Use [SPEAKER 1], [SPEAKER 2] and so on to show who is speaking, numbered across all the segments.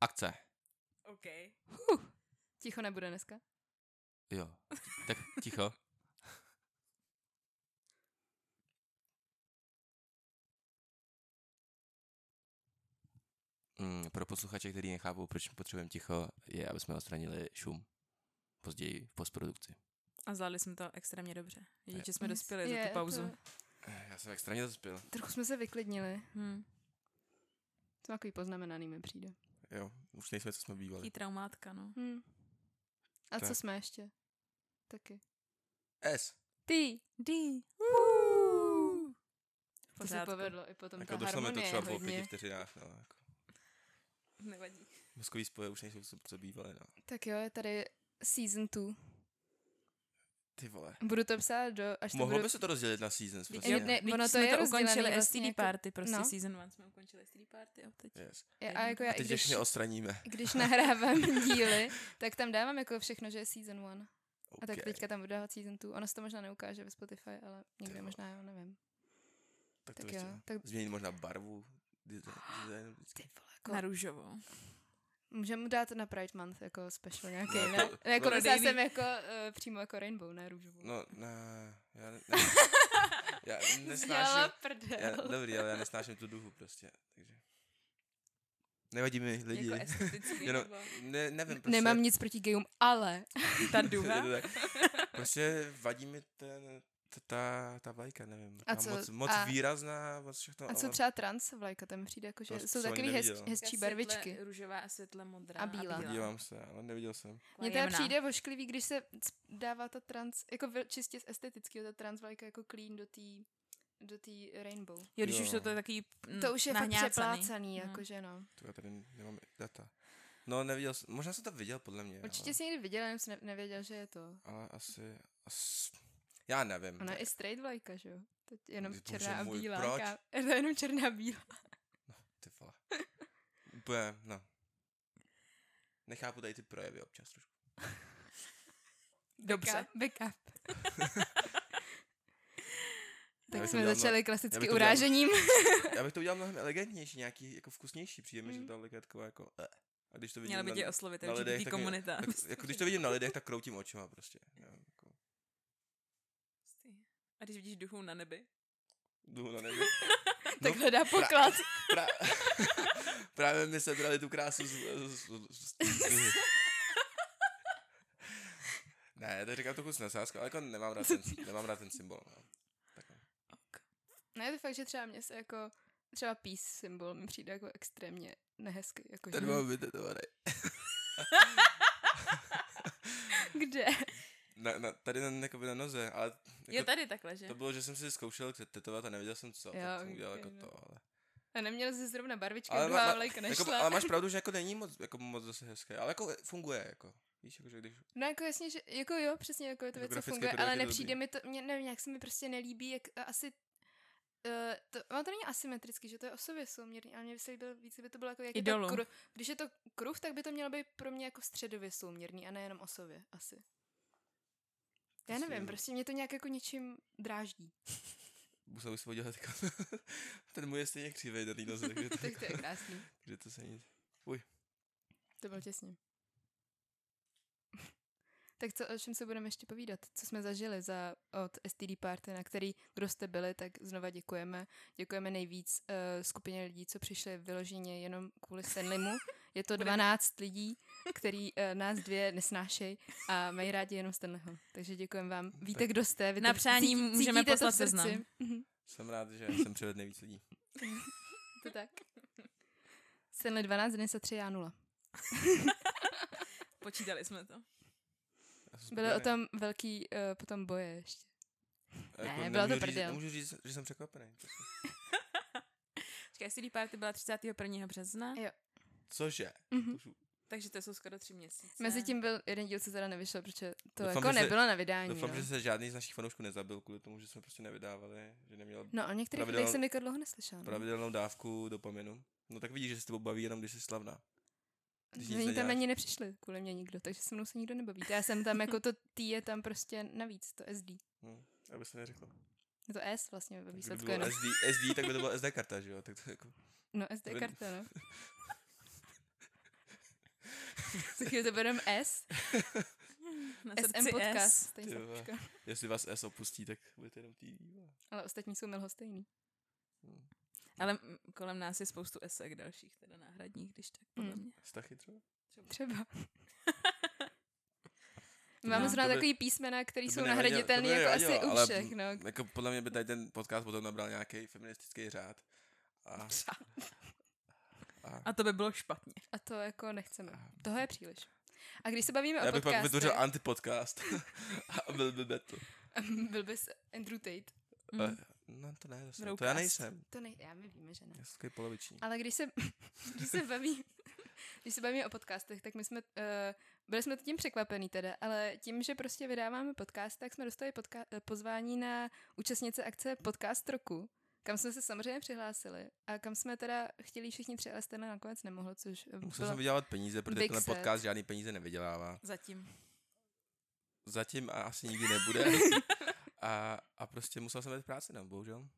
[SPEAKER 1] Akce.
[SPEAKER 2] OK.
[SPEAKER 3] Huh. Ticho nebude dneska.
[SPEAKER 1] Jo. Tak ticho. Mm, pro posluchače, kteří nechápou, proč potřebujeme ticho, je, aby jsme odstranili šum později v postprodukci.
[SPEAKER 2] A zvládli jsme to extrémně dobře. Vidíte, že jsme
[SPEAKER 3] Yes.
[SPEAKER 2] dospěli
[SPEAKER 3] Je
[SPEAKER 2] za tu
[SPEAKER 3] to-
[SPEAKER 2] pauzu.
[SPEAKER 1] Eh, Já jsem extrémně zaspěl.
[SPEAKER 3] Trochu jsme se vyklidnili.
[SPEAKER 2] Hm.
[SPEAKER 3] To takový poznamenaný mi přijde.
[SPEAKER 1] Jo, už nejsme, co jsme bývali.
[SPEAKER 2] Taký traumátka, no.
[SPEAKER 3] Hm. A
[SPEAKER 1] Tak.
[SPEAKER 3] co jsme ještě? Taky.
[SPEAKER 1] S.
[SPEAKER 3] Ty!
[SPEAKER 2] D.
[SPEAKER 3] To se povedlo i potom
[SPEAKER 1] Jako
[SPEAKER 3] ta
[SPEAKER 1] došlo mi to
[SPEAKER 3] harmonie
[SPEAKER 1] třeba po
[SPEAKER 3] hodně.
[SPEAKER 1] pěti vteřinách, no. Jako.
[SPEAKER 2] Nevadí.
[SPEAKER 1] Mozkový spoje už nejsou, co, co bývaly, no.
[SPEAKER 3] Tak jo, je tady season 2.
[SPEAKER 1] Ty vole.
[SPEAKER 3] Budu to psát do... Až to
[SPEAKER 1] Mohlo
[SPEAKER 3] budu...
[SPEAKER 1] by se to rozdělit na seasons,
[SPEAKER 2] Vždyť-
[SPEAKER 1] prostě.
[SPEAKER 3] Jo, ne-
[SPEAKER 2] vždyť
[SPEAKER 3] ono to
[SPEAKER 2] jsme
[SPEAKER 3] je
[SPEAKER 2] to
[SPEAKER 3] rozdělený
[SPEAKER 2] ukončili
[SPEAKER 3] vlastně
[SPEAKER 2] STD
[SPEAKER 3] jako-
[SPEAKER 2] party, prostě
[SPEAKER 3] no.
[SPEAKER 2] season 1 jsme ukončili STD party a teď.
[SPEAKER 1] Yes.
[SPEAKER 3] Je, a jako já,
[SPEAKER 1] A
[SPEAKER 3] i
[SPEAKER 1] teď je
[SPEAKER 3] když,
[SPEAKER 1] všechny odstraníme.
[SPEAKER 3] když nahrávám díly, tak tam dávám jako všechno, že je season 1. A tak
[SPEAKER 1] Ok.
[SPEAKER 3] teďka tam budu dávat season 2. Ono se to možná neukáže ve Spotify, ale někde
[SPEAKER 1] vole.
[SPEAKER 3] možná, jo, nevím.
[SPEAKER 1] tak to
[SPEAKER 3] Tak
[SPEAKER 1] ještě.
[SPEAKER 3] jo, tak
[SPEAKER 1] Změnit možná barvu. Design, design.
[SPEAKER 3] ty vole, jako
[SPEAKER 2] Na růžovo.
[SPEAKER 3] Můžeme mu dát na Pride Month jako special nějaký,
[SPEAKER 1] No,
[SPEAKER 3] ne?
[SPEAKER 1] to-
[SPEAKER 3] Jako
[SPEAKER 1] no,
[SPEAKER 3] no,
[SPEAKER 2] Davy.
[SPEAKER 3] jsem jako uh, přímo jako rainbow, ne růžovou.
[SPEAKER 1] No, ne, já, ne, ne, já
[SPEAKER 3] Dělala
[SPEAKER 1] nesnáším,
[SPEAKER 3] prdel. Jako
[SPEAKER 1] já, dobrý, ale já nesnáším tu duhu prostě, takže. Nevadí mi lidi,
[SPEAKER 2] Jako estetický.
[SPEAKER 1] Jenom-
[SPEAKER 2] nebo-
[SPEAKER 1] ne, nevím, prostě.
[SPEAKER 3] Nemám nic proti gayům, ale
[SPEAKER 2] Ta
[SPEAKER 1] Je
[SPEAKER 2] duha.
[SPEAKER 1] to tak. Prostě vadí mi ten, t- ta, ta vlajka, nevím.
[SPEAKER 3] A
[SPEAKER 1] Ta
[SPEAKER 3] co-
[SPEAKER 1] Moc, moc
[SPEAKER 3] a-
[SPEAKER 1] výrazná, moc všechno.
[SPEAKER 3] a co
[SPEAKER 1] No, ale- No,
[SPEAKER 3] třeba trans vlajka, tam mi přijde jako, že
[SPEAKER 1] To
[SPEAKER 3] jsou
[SPEAKER 1] jsem
[SPEAKER 3] takový
[SPEAKER 1] neviděl.
[SPEAKER 3] hezčí,
[SPEAKER 2] Já
[SPEAKER 3] hezčí
[SPEAKER 2] světle
[SPEAKER 3] barvičky.
[SPEAKER 2] Růžová a světle modrá.
[SPEAKER 3] A bílá.
[SPEAKER 1] Dívám se, ale neviděl jsem.
[SPEAKER 3] Mně teda přijde vošklivý, když se c- dává ta trans, jako vil- čistě z estetického, ta trans vlajka jako clean do té do tý rainbow.
[SPEAKER 2] Jo, když
[SPEAKER 1] Jo.
[SPEAKER 2] už to je takový mm,
[SPEAKER 3] To už je fakt
[SPEAKER 2] nahňácaný.
[SPEAKER 3] přeplácaný,
[SPEAKER 2] No.
[SPEAKER 3] jakože no.
[SPEAKER 1] To já tady nemám data. No, neviděl jsem. Možná jsem to viděl, podle mě.
[SPEAKER 3] Určitě jsi někdy viděla, jenom jsi ne- nevěděl, že je to.
[SPEAKER 1] Ale, ale asi, asi... Já nevím.
[SPEAKER 3] Ona je i straight vlajka, že jo? To je jenom
[SPEAKER 1] Ty bože
[SPEAKER 3] černá a
[SPEAKER 1] můj,
[SPEAKER 3] bílá.
[SPEAKER 1] proč?
[SPEAKER 3] ká- Je to jenom černá a bílá.
[SPEAKER 1] Ty vole. Úplně, no. Nechápu tady ty projevy občas trošku.
[SPEAKER 2] Dobře.
[SPEAKER 3] Backup.
[SPEAKER 1] Já
[SPEAKER 3] tak
[SPEAKER 1] bych to
[SPEAKER 3] jsme
[SPEAKER 1] udělal
[SPEAKER 3] začali
[SPEAKER 1] já bych
[SPEAKER 3] klasicky
[SPEAKER 1] to udělal-
[SPEAKER 3] urážením.
[SPEAKER 1] Já bych to udělal mnohem elegantnější, nějaký jako vkusnější, přijde mi, že
[SPEAKER 3] Mm.
[SPEAKER 1] ta liga je taková jako... eh. A když to vidím
[SPEAKER 2] Měla by
[SPEAKER 1] na,
[SPEAKER 2] tě oslovit
[SPEAKER 1] na lidech,
[SPEAKER 2] LGBT
[SPEAKER 1] tak mě-
[SPEAKER 2] komunita.
[SPEAKER 1] tak, jako, když to vidím na lidech, tak kroutím očima prostě. Já, jako,
[SPEAKER 2] A když vidíš duchů na nebi?
[SPEAKER 1] jdu na No, nebi.
[SPEAKER 3] tak hledá poklad.
[SPEAKER 1] Pra, právě mi sebrali tu krásu z, z, z, z, z Ne, to říkám trochu s nasázkou, ale jako nemám rád ten, nemám rád ten symbol. No. Tak, no.
[SPEAKER 3] No je to fakt, že třeba mě se jako třeba peace symbol mi přijde jako extrémně nehezky. Jako, že,
[SPEAKER 1] Ten mám vytetovaný.
[SPEAKER 3] kde?
[SPEAKER 1] Na, na, tady na, jakoby na noze, ale
[SPEAKER 2] Jo,
[SPEAKER 1] jako,
[SPEAKER 2] tady takhle, že?
[SPEAKER 1] to bylo, že jsem si zkoušel tetovat a nevěděl jsem co, jo,
[SPEAKER 3] Jo,
[SPEAKER 1] tak jsem udělal
[SPEAKER 3] ok,
[SPEAKER 1] jako
[SPEAKER 3] no.
[SPEAKER 1] to, ale...
[SPEAKER 3] A neměl jsi zrovna barvičky,
[SPEAKER 1] Ale
[SPEAKER 3] ale
[SPEAKER 1] ma-
[SPEAKER 3] druhá
[SPEAKER 1] ma-
[SPEAKER 3] vlajka
[SPEAKER 1] Jako,
[SPEAKER 3] nešla.
[SPEAKER 1] ale máš pravdu, že jako není moc, jako moc zase hezké, ale jako funguje, jako. Víš, jako, že když...
[SPEAKER 3] No jako jasně, že jako jo, přesně, jako je to
[SPEAKER 1] Jako
[SPEAKER 3] věc, co
[SPEAKER 1] grafické
[SPEAKER 3] funguje,
[SPEAKER 1] prvek
[SPEAKER 3] ale
[SPEAKER 1] je to
[SPEAKER 3] nepřijde
[SPEAKER 1] dobrý.
[SPEAKER 3] mi to, mě, nevím, jak se mi prostě nelíbí, jak eh, asi Uh, to, ono to není asymetrický, že to je o sobě souměrný, ale mě by se líbilo víc, kdyby to bylo jako jak je to
[SPEAKER 2] Idolu.
[SPEAKER 3] kru, Když je to kruh, tak by to mělo být pro mě jako středově souměrný a nejenom o sobě, asi.
[SPEAKER 1] To
[SPEAKER 3] Já
[SPEAKER 1] si
[SPEAKER 3] nevím,
[SPEAKER 1] nevím.
[SPEAKER 3] prostě mě to nějak jako něčím dráždí.
[SPEAKER 1] Musel bych se udělat jako... ten můj je stejně křivej na té noze, takže to,
[SPEAKER 3] Tak to je krásný.
[SPEAKER 1] takže to se nic...
[SPEAKER 3] To bylo těsně. tak co, o čem se budeme ještě povídat? Co jsme zažili za, od STD Party, na který, kdo jste byli, tak znova děkujeme. Děkujeme nejvíc uh, skupině lidí, co přišli vyloženě jenom kvůli Stanleymu. Je to
[SPEAKER 2] Budeme-
[SPEAKER 3] 12 lidí, který uh, nás dvě nesnášejí a mají rádi jenom Stanleyho. Takže děkujeme vám. Víte, kdo jste. Vy to
[SPEAKER 2] Na přání
[SPEAKER 3] cítí-
[SPEAKER 2] můžeme
[SPEAKER 3] cítíte to v
[SPEAKER 2] poslat
[SPEAKER 3] srdci.
[SPEAKER 2] seznam.
[SPEAKER 3] Mhm,
[SPEAKER 1] Jsem rád, že jsem přivedl nejvíc lidí.
[SPEAKER 3] to tak. Stanley 12, Denisa 3, já 0.
[SPEAKER 2] Počítali jsme to.
[SPEAKER 1] Já jsem
[SPEAKER 3] Byly o
[SPEAKER 1] spokojený.
[SPEAKER 3] tom velký uh, potom boje ještě.
[SPEAKER 1] A
[SPEAKER 3] ne,
[SPEAKER 1] Jako nemůžu
[SPEAKER 3] bylo to
[SPEAKER 1] říct-
[SPEAKER 3] prdel.
[SPEAKER 1] Nemůžu říct, že jsem překvapený.
[SPEAKER 2] Čekaj, CD party byla 31. března,
[SPEAKER 3] Jo.
[SPEAKER 1] Cože? Jako
[SPEAKER 3] Mhm.
[SPEAKER 1] Už-
[SPEAKER 2] takže to jsou skoro tři měsíce.
[SPEAKER 3] Mezi tím byl jeden díl, co teda nevyšel, protože to
[SPEAKER 1] Doufám,
[SPEAKER 3] Doufám, jako
[SPEAKER 1] že se-
[SPEAKER 3] nebylo na vydání.
[SPEAKER 1] Doufám,
[SPEAKER 3] no.
[SPEAKER 1] že se žádný z našich fanoušků nezabil kvůli tomu, že jsme prostě nevydávali, že neměl
[SPEAKER 3] no a o některých
[SPEAKER 1] pravidel-
[SPEAKER 3] pravidel... jsem jako dlouho neslyšela. No.
[SPEAKER 1] pravidelnou dávku dopaminu. No tak vidíš, že se s tebou baví jenom, když jsi slavná. když nic
[SPEAKER 3] Oni tam
[SPEAKER 1] neděláš.
[SPEAKER 3] ani nepřišli kvůli mě nikdo, takže se mnou se nikdo nebaví. Já jsem tam jako to T je tam prostě navíc, to SD.
[SPEAKER 1] Hm, aby se neřeklo. Tak
[SPEAKER 3] Je to S vlastně ve
[SPEAKER 1] Kdyby
[SPEAKER 3] výsledku
[SPEAKER 1] bylo
[SPEAKER 3] jenom.
[SPEAKER 1] SD, SD, tak by to byla SD karta, že jo? Tak to jako...
[SPEAKER 3] No SD
[SPEAKER 1] Kdyby-
[SPEAKER 3] karta, no. Za chvíli to budeme S.
[SPEAKER 2] Na
[SPEAKER 3] SM
[SPEAKER 2] srdci S.
[SPEAKER 3] podcast.
[SPEAKER 1] Ty
[SPEAKER 3] Tady se
[SPEAKER 1] vole.
[SPEAKER 3] počká.
[SPEAKER 1] Jestli vás S opustí, tak budete jenom tý.
[SPEAKER 3] Ale ostatní jsou milhostejný.
[SPEAKER 2] Ale mm, kolem nás je spoustu esek dalších, teda náhradních, když tak podle
[SPEAKER 3] Mm.
[SPEAKER 2] mě.
[SPEAKER 1] Stachy třeba?
[SPEAKER 3] Třeba. Máme
[SPEAKER 2] No.
[SPEAKER 3] no, zrovna
[SPEAKER 1] To by-
[SPEAKER 3] takový písmena, které
[SPEAKER 1] to by
[SPEAKER 3] jsou
[SPEAKER 1] nevadilo-
[SPEAKER 3] nahraditelné
[SPEAKER 1] to by
[SPEAKER 3] jako asi
[SPEAKER 1] nevadilo,
[SPEAKER 3] u
[SPEAKER 1] ale
[SPEAKER 3] všech.
[SPEAKER 1] m-
[SPEAKER 3] No.
[SPEAKER 1] Jako podle mě by tady ten podcast potom nabral nějaký feministický řád. A, a,
[SPEAKER 2] A to by bylo špatně.
[SPEAKER 3] A to jako nechceme. Toho je příliš. A když se bavíme
[SPEAKER 1] já
[SPEAKER 3] o
[SPEAKER 1] bych pak
[SPEAKER 3] podcastech,
[SPEAKER 1] vytvořil antipodcast. a byl by Beto.
[SPEAKER 3] byl bys Andrew Tate.
[SPEAKER 2] Mm.
[SPEAKER 1] A- No to ne, zase, to já
[SPEAKER 2] Broadcast.
[SPEAKER 1] nejsem.
[SPEAKER 3] To ne, já my víme, že ne.
[SPEAKER 1] Já jsem takový poloviční.
[SPEAKER 3] Ale když se, když se baví, když se bavíme o podcastech, tak my jsme, uh, byli jsme tím překvapený teda, ale tím, že prostě vydáváme podcast, tak jsme dostali podka- eh, pozvání na účastnice akce Podcast roku, kam jsme se samozřejmě přihlásili a kam jsme teda chtěli všichni tři, ale Stena nakonec nemohl, což eh,
[SPEAKER 1] Musel
[SPEAKER 3] bylo
[SPEAKER 1] jsem vydělávat peníze, protože
[SPEAKER 3] Big
[SPEAKER 1] tenhle
[SPEAKER 3] set.
[SPEAKER 1] podcast žádný peníze nevydělává.
[SPEAKER 2] Zatím.
[SPEAKER 1] Zatím a asi nikdy nebude. A, a prostě musel jsem být práci, no, bohužel.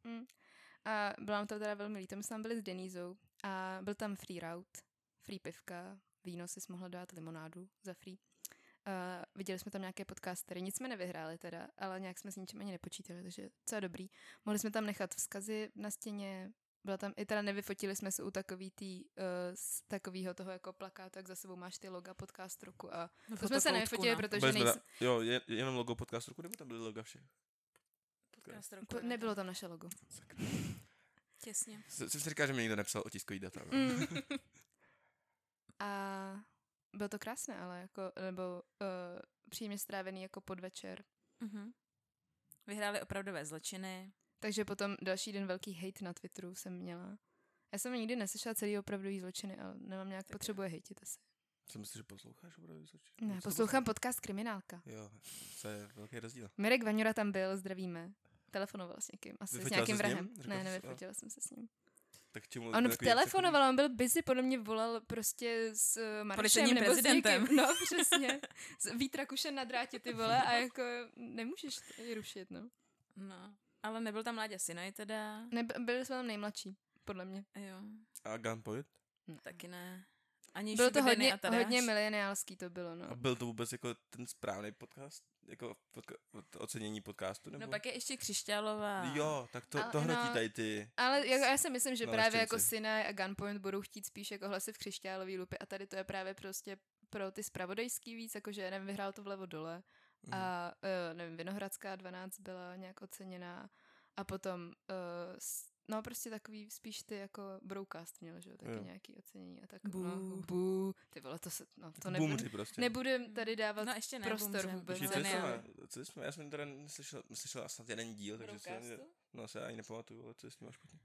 [SPEAKER 3] A bylo nám to teda velmi líto. My jsme tam byli s Denizou a byl tam free route, free pivka, víno si mohla dát limonádu za free. Uh, viděli jsme tam nějaké podcastery, nic jsme nevyhráli teda, ale nějak jsme s ničím ani nepočítali, takže co je dobrý. Mohli jsme tam nechat vzkazy na stěně, byla tam, i teda nevyfotili jsme se u takový tý, uh, z takovýho toho jako plakátu, jak za sebou máš ty loga podcast roku a
[SPEAKER 2] No,
[SPEAKER 3] to jsme se nevyfotili, protože
[SPEAKER 1] Byli jsme
[SPEAKER 3] nejsem,
[SPEAKER 1] tam- Jo, je, jenom logo podcastu, nebo tam byly loga všech?
[SPEAKER 3] po- nebylo tam naše logo.
[SPEAKER 2] Těsně.
[SPEAKER 1] S- Jsem si říkal, že mi někdo nepsal otiskový data. No.
[SPEAKER 3] Mm. A bylo to krásné, ale jako, nebo uh, příjemně strávený jako podvečer.
[SPEAKER 2] Mhm. Vyhráli opravdové zločiny.
[SPEAKER 3] Takže potom další den velký hate na Twitteru jsem měla. Já jsem nikdy neslyšela celý opravdový zločiny, ale nemám nějak
[SPEAKER 1] Tak.
[SPEAKER 3] potřebuje hejtit asi.
[SPEAKER 1] Jsem si, že posloucháš opravdu Vysočí?
[SPEAKER 3] Ne,
[SPEAKER 1] Moc to
[SPEAKER 3] poslouchám podcast Kriminálka.
[SPEAKER 1] Jo, to je velký rozdíl.
[SPEAKER 3] Mirek Vaňura tam byl, zdravíme. Telefonoval s někým, asi
[SPEAKER 1] Vyfotila
[SPEAKER 3] s nějakým
[SPEAKER 1] se s ním?
[SPEAKER 3] vrahem.
[SPEAKER 1] Řekla
[SPEAKER 3] Ne,
[SPEAKER 1] jsi si,
[SPEAKER 3] nevyfotila jsem se s ním.
[SPEAKER 1] Tak čemu
[SPEAKER 3] On
[SPEAKER 1] Jako takový-
[SPEAKER 3] telefonoval, on byl busy, podle mě volal prostě s eh, Marošem
[SPEAKER 2] Policejním
[SPEAKER 3] nebo
[SPEAKER 2] prezidentem.
[SPEAKER 3] s někým. No, přesně. S Vítra Kuše na drátě, ty vole, a jako nemůžeš je rušit, no.
[SPEAKER 2] No. Ale nebyl tam Láďa Sinaj teda.
[SPEAKER 3] Ne, byli jsme tam nejmladší, podle mě.
[SPEAKER 2] Jo,
[SPEAKER 1] A Gunpoint?
[SPEAKER 2] taky ne. Ani
[SPEAKER 3] Bylo to
[SPEAKER 2] Sugar Daddy
[SPEAKER 3] hodně,
[SPEAKER 2] a Tadeáš.
[SPEAKER 3] hodně mileniálský to bylo, no.
[SPEAKER 1] A byl to vůbec jako ten správný podcast? Jako podka- od- ocenění podcastu? Nebo?
[SPEAKER 2] No pak je ještě Křišťálová.
[SPEAKER 1] Jo, tak to,
[SPEAKER 3] Ale-
[SPEAKER 1] to hrotí
[SPEAKER 3] no.
[SPEAKER 1] tady ty.
[SPEAKER 3] Ale jako, já si myslím, že
[SPEAKER 1] Na
[SPEAKER 3] právě jako
[SPEAKER 1] lehčenci.
[SPEAKER 3] Sinai a Gunpoint budou chtít spíš jako hlasy v křišťálový lupy a tady to je právě prostě pro ty spravodajský víc, jakože nevím, vyhrál to vlevo dole
[SPEAKER 1] Mhm.
[SPEAKER 3] a uh, nevím, Vinohradská 12 byla nějak oceněná a potom uh, no prostě takový spíš ty jako broadcast měl, že jo, taky
[SPEAKER 1] Jo.
[SPEAKER 3] nějaký ocenění a tak.
[SPEAKER 2] Bů.
[SPEAKER 3] No, bů. Ty vole, to se, no to nebude,
[SPEAKER 1] Boomři prostě.
[SPEAKER 3] nebudem tady dávat
[SPEAKER 2] No ještě ne,
[SPEAKER 3] prostor
[SPEAKER 2] bohužel.
[SPEAKER 3] vůbec.
[SPEAKER 1] Počkej,
[SPEAKER 3] Počkej,
[SPEAKER 1] co
[SPEAKER 2] Ale ne,
[SPEAKER 1] jsme,
[SPEAKER 2] ale-
[SPEAKER 1] co jsme, já jsem teda neslyšel, slyšel snad jeden díl, takže si ani,
[SPEAKER 3] Broadcastu?
[SPEAKER 1] no, se ani nepamatuju, ale co je s ním až špatně.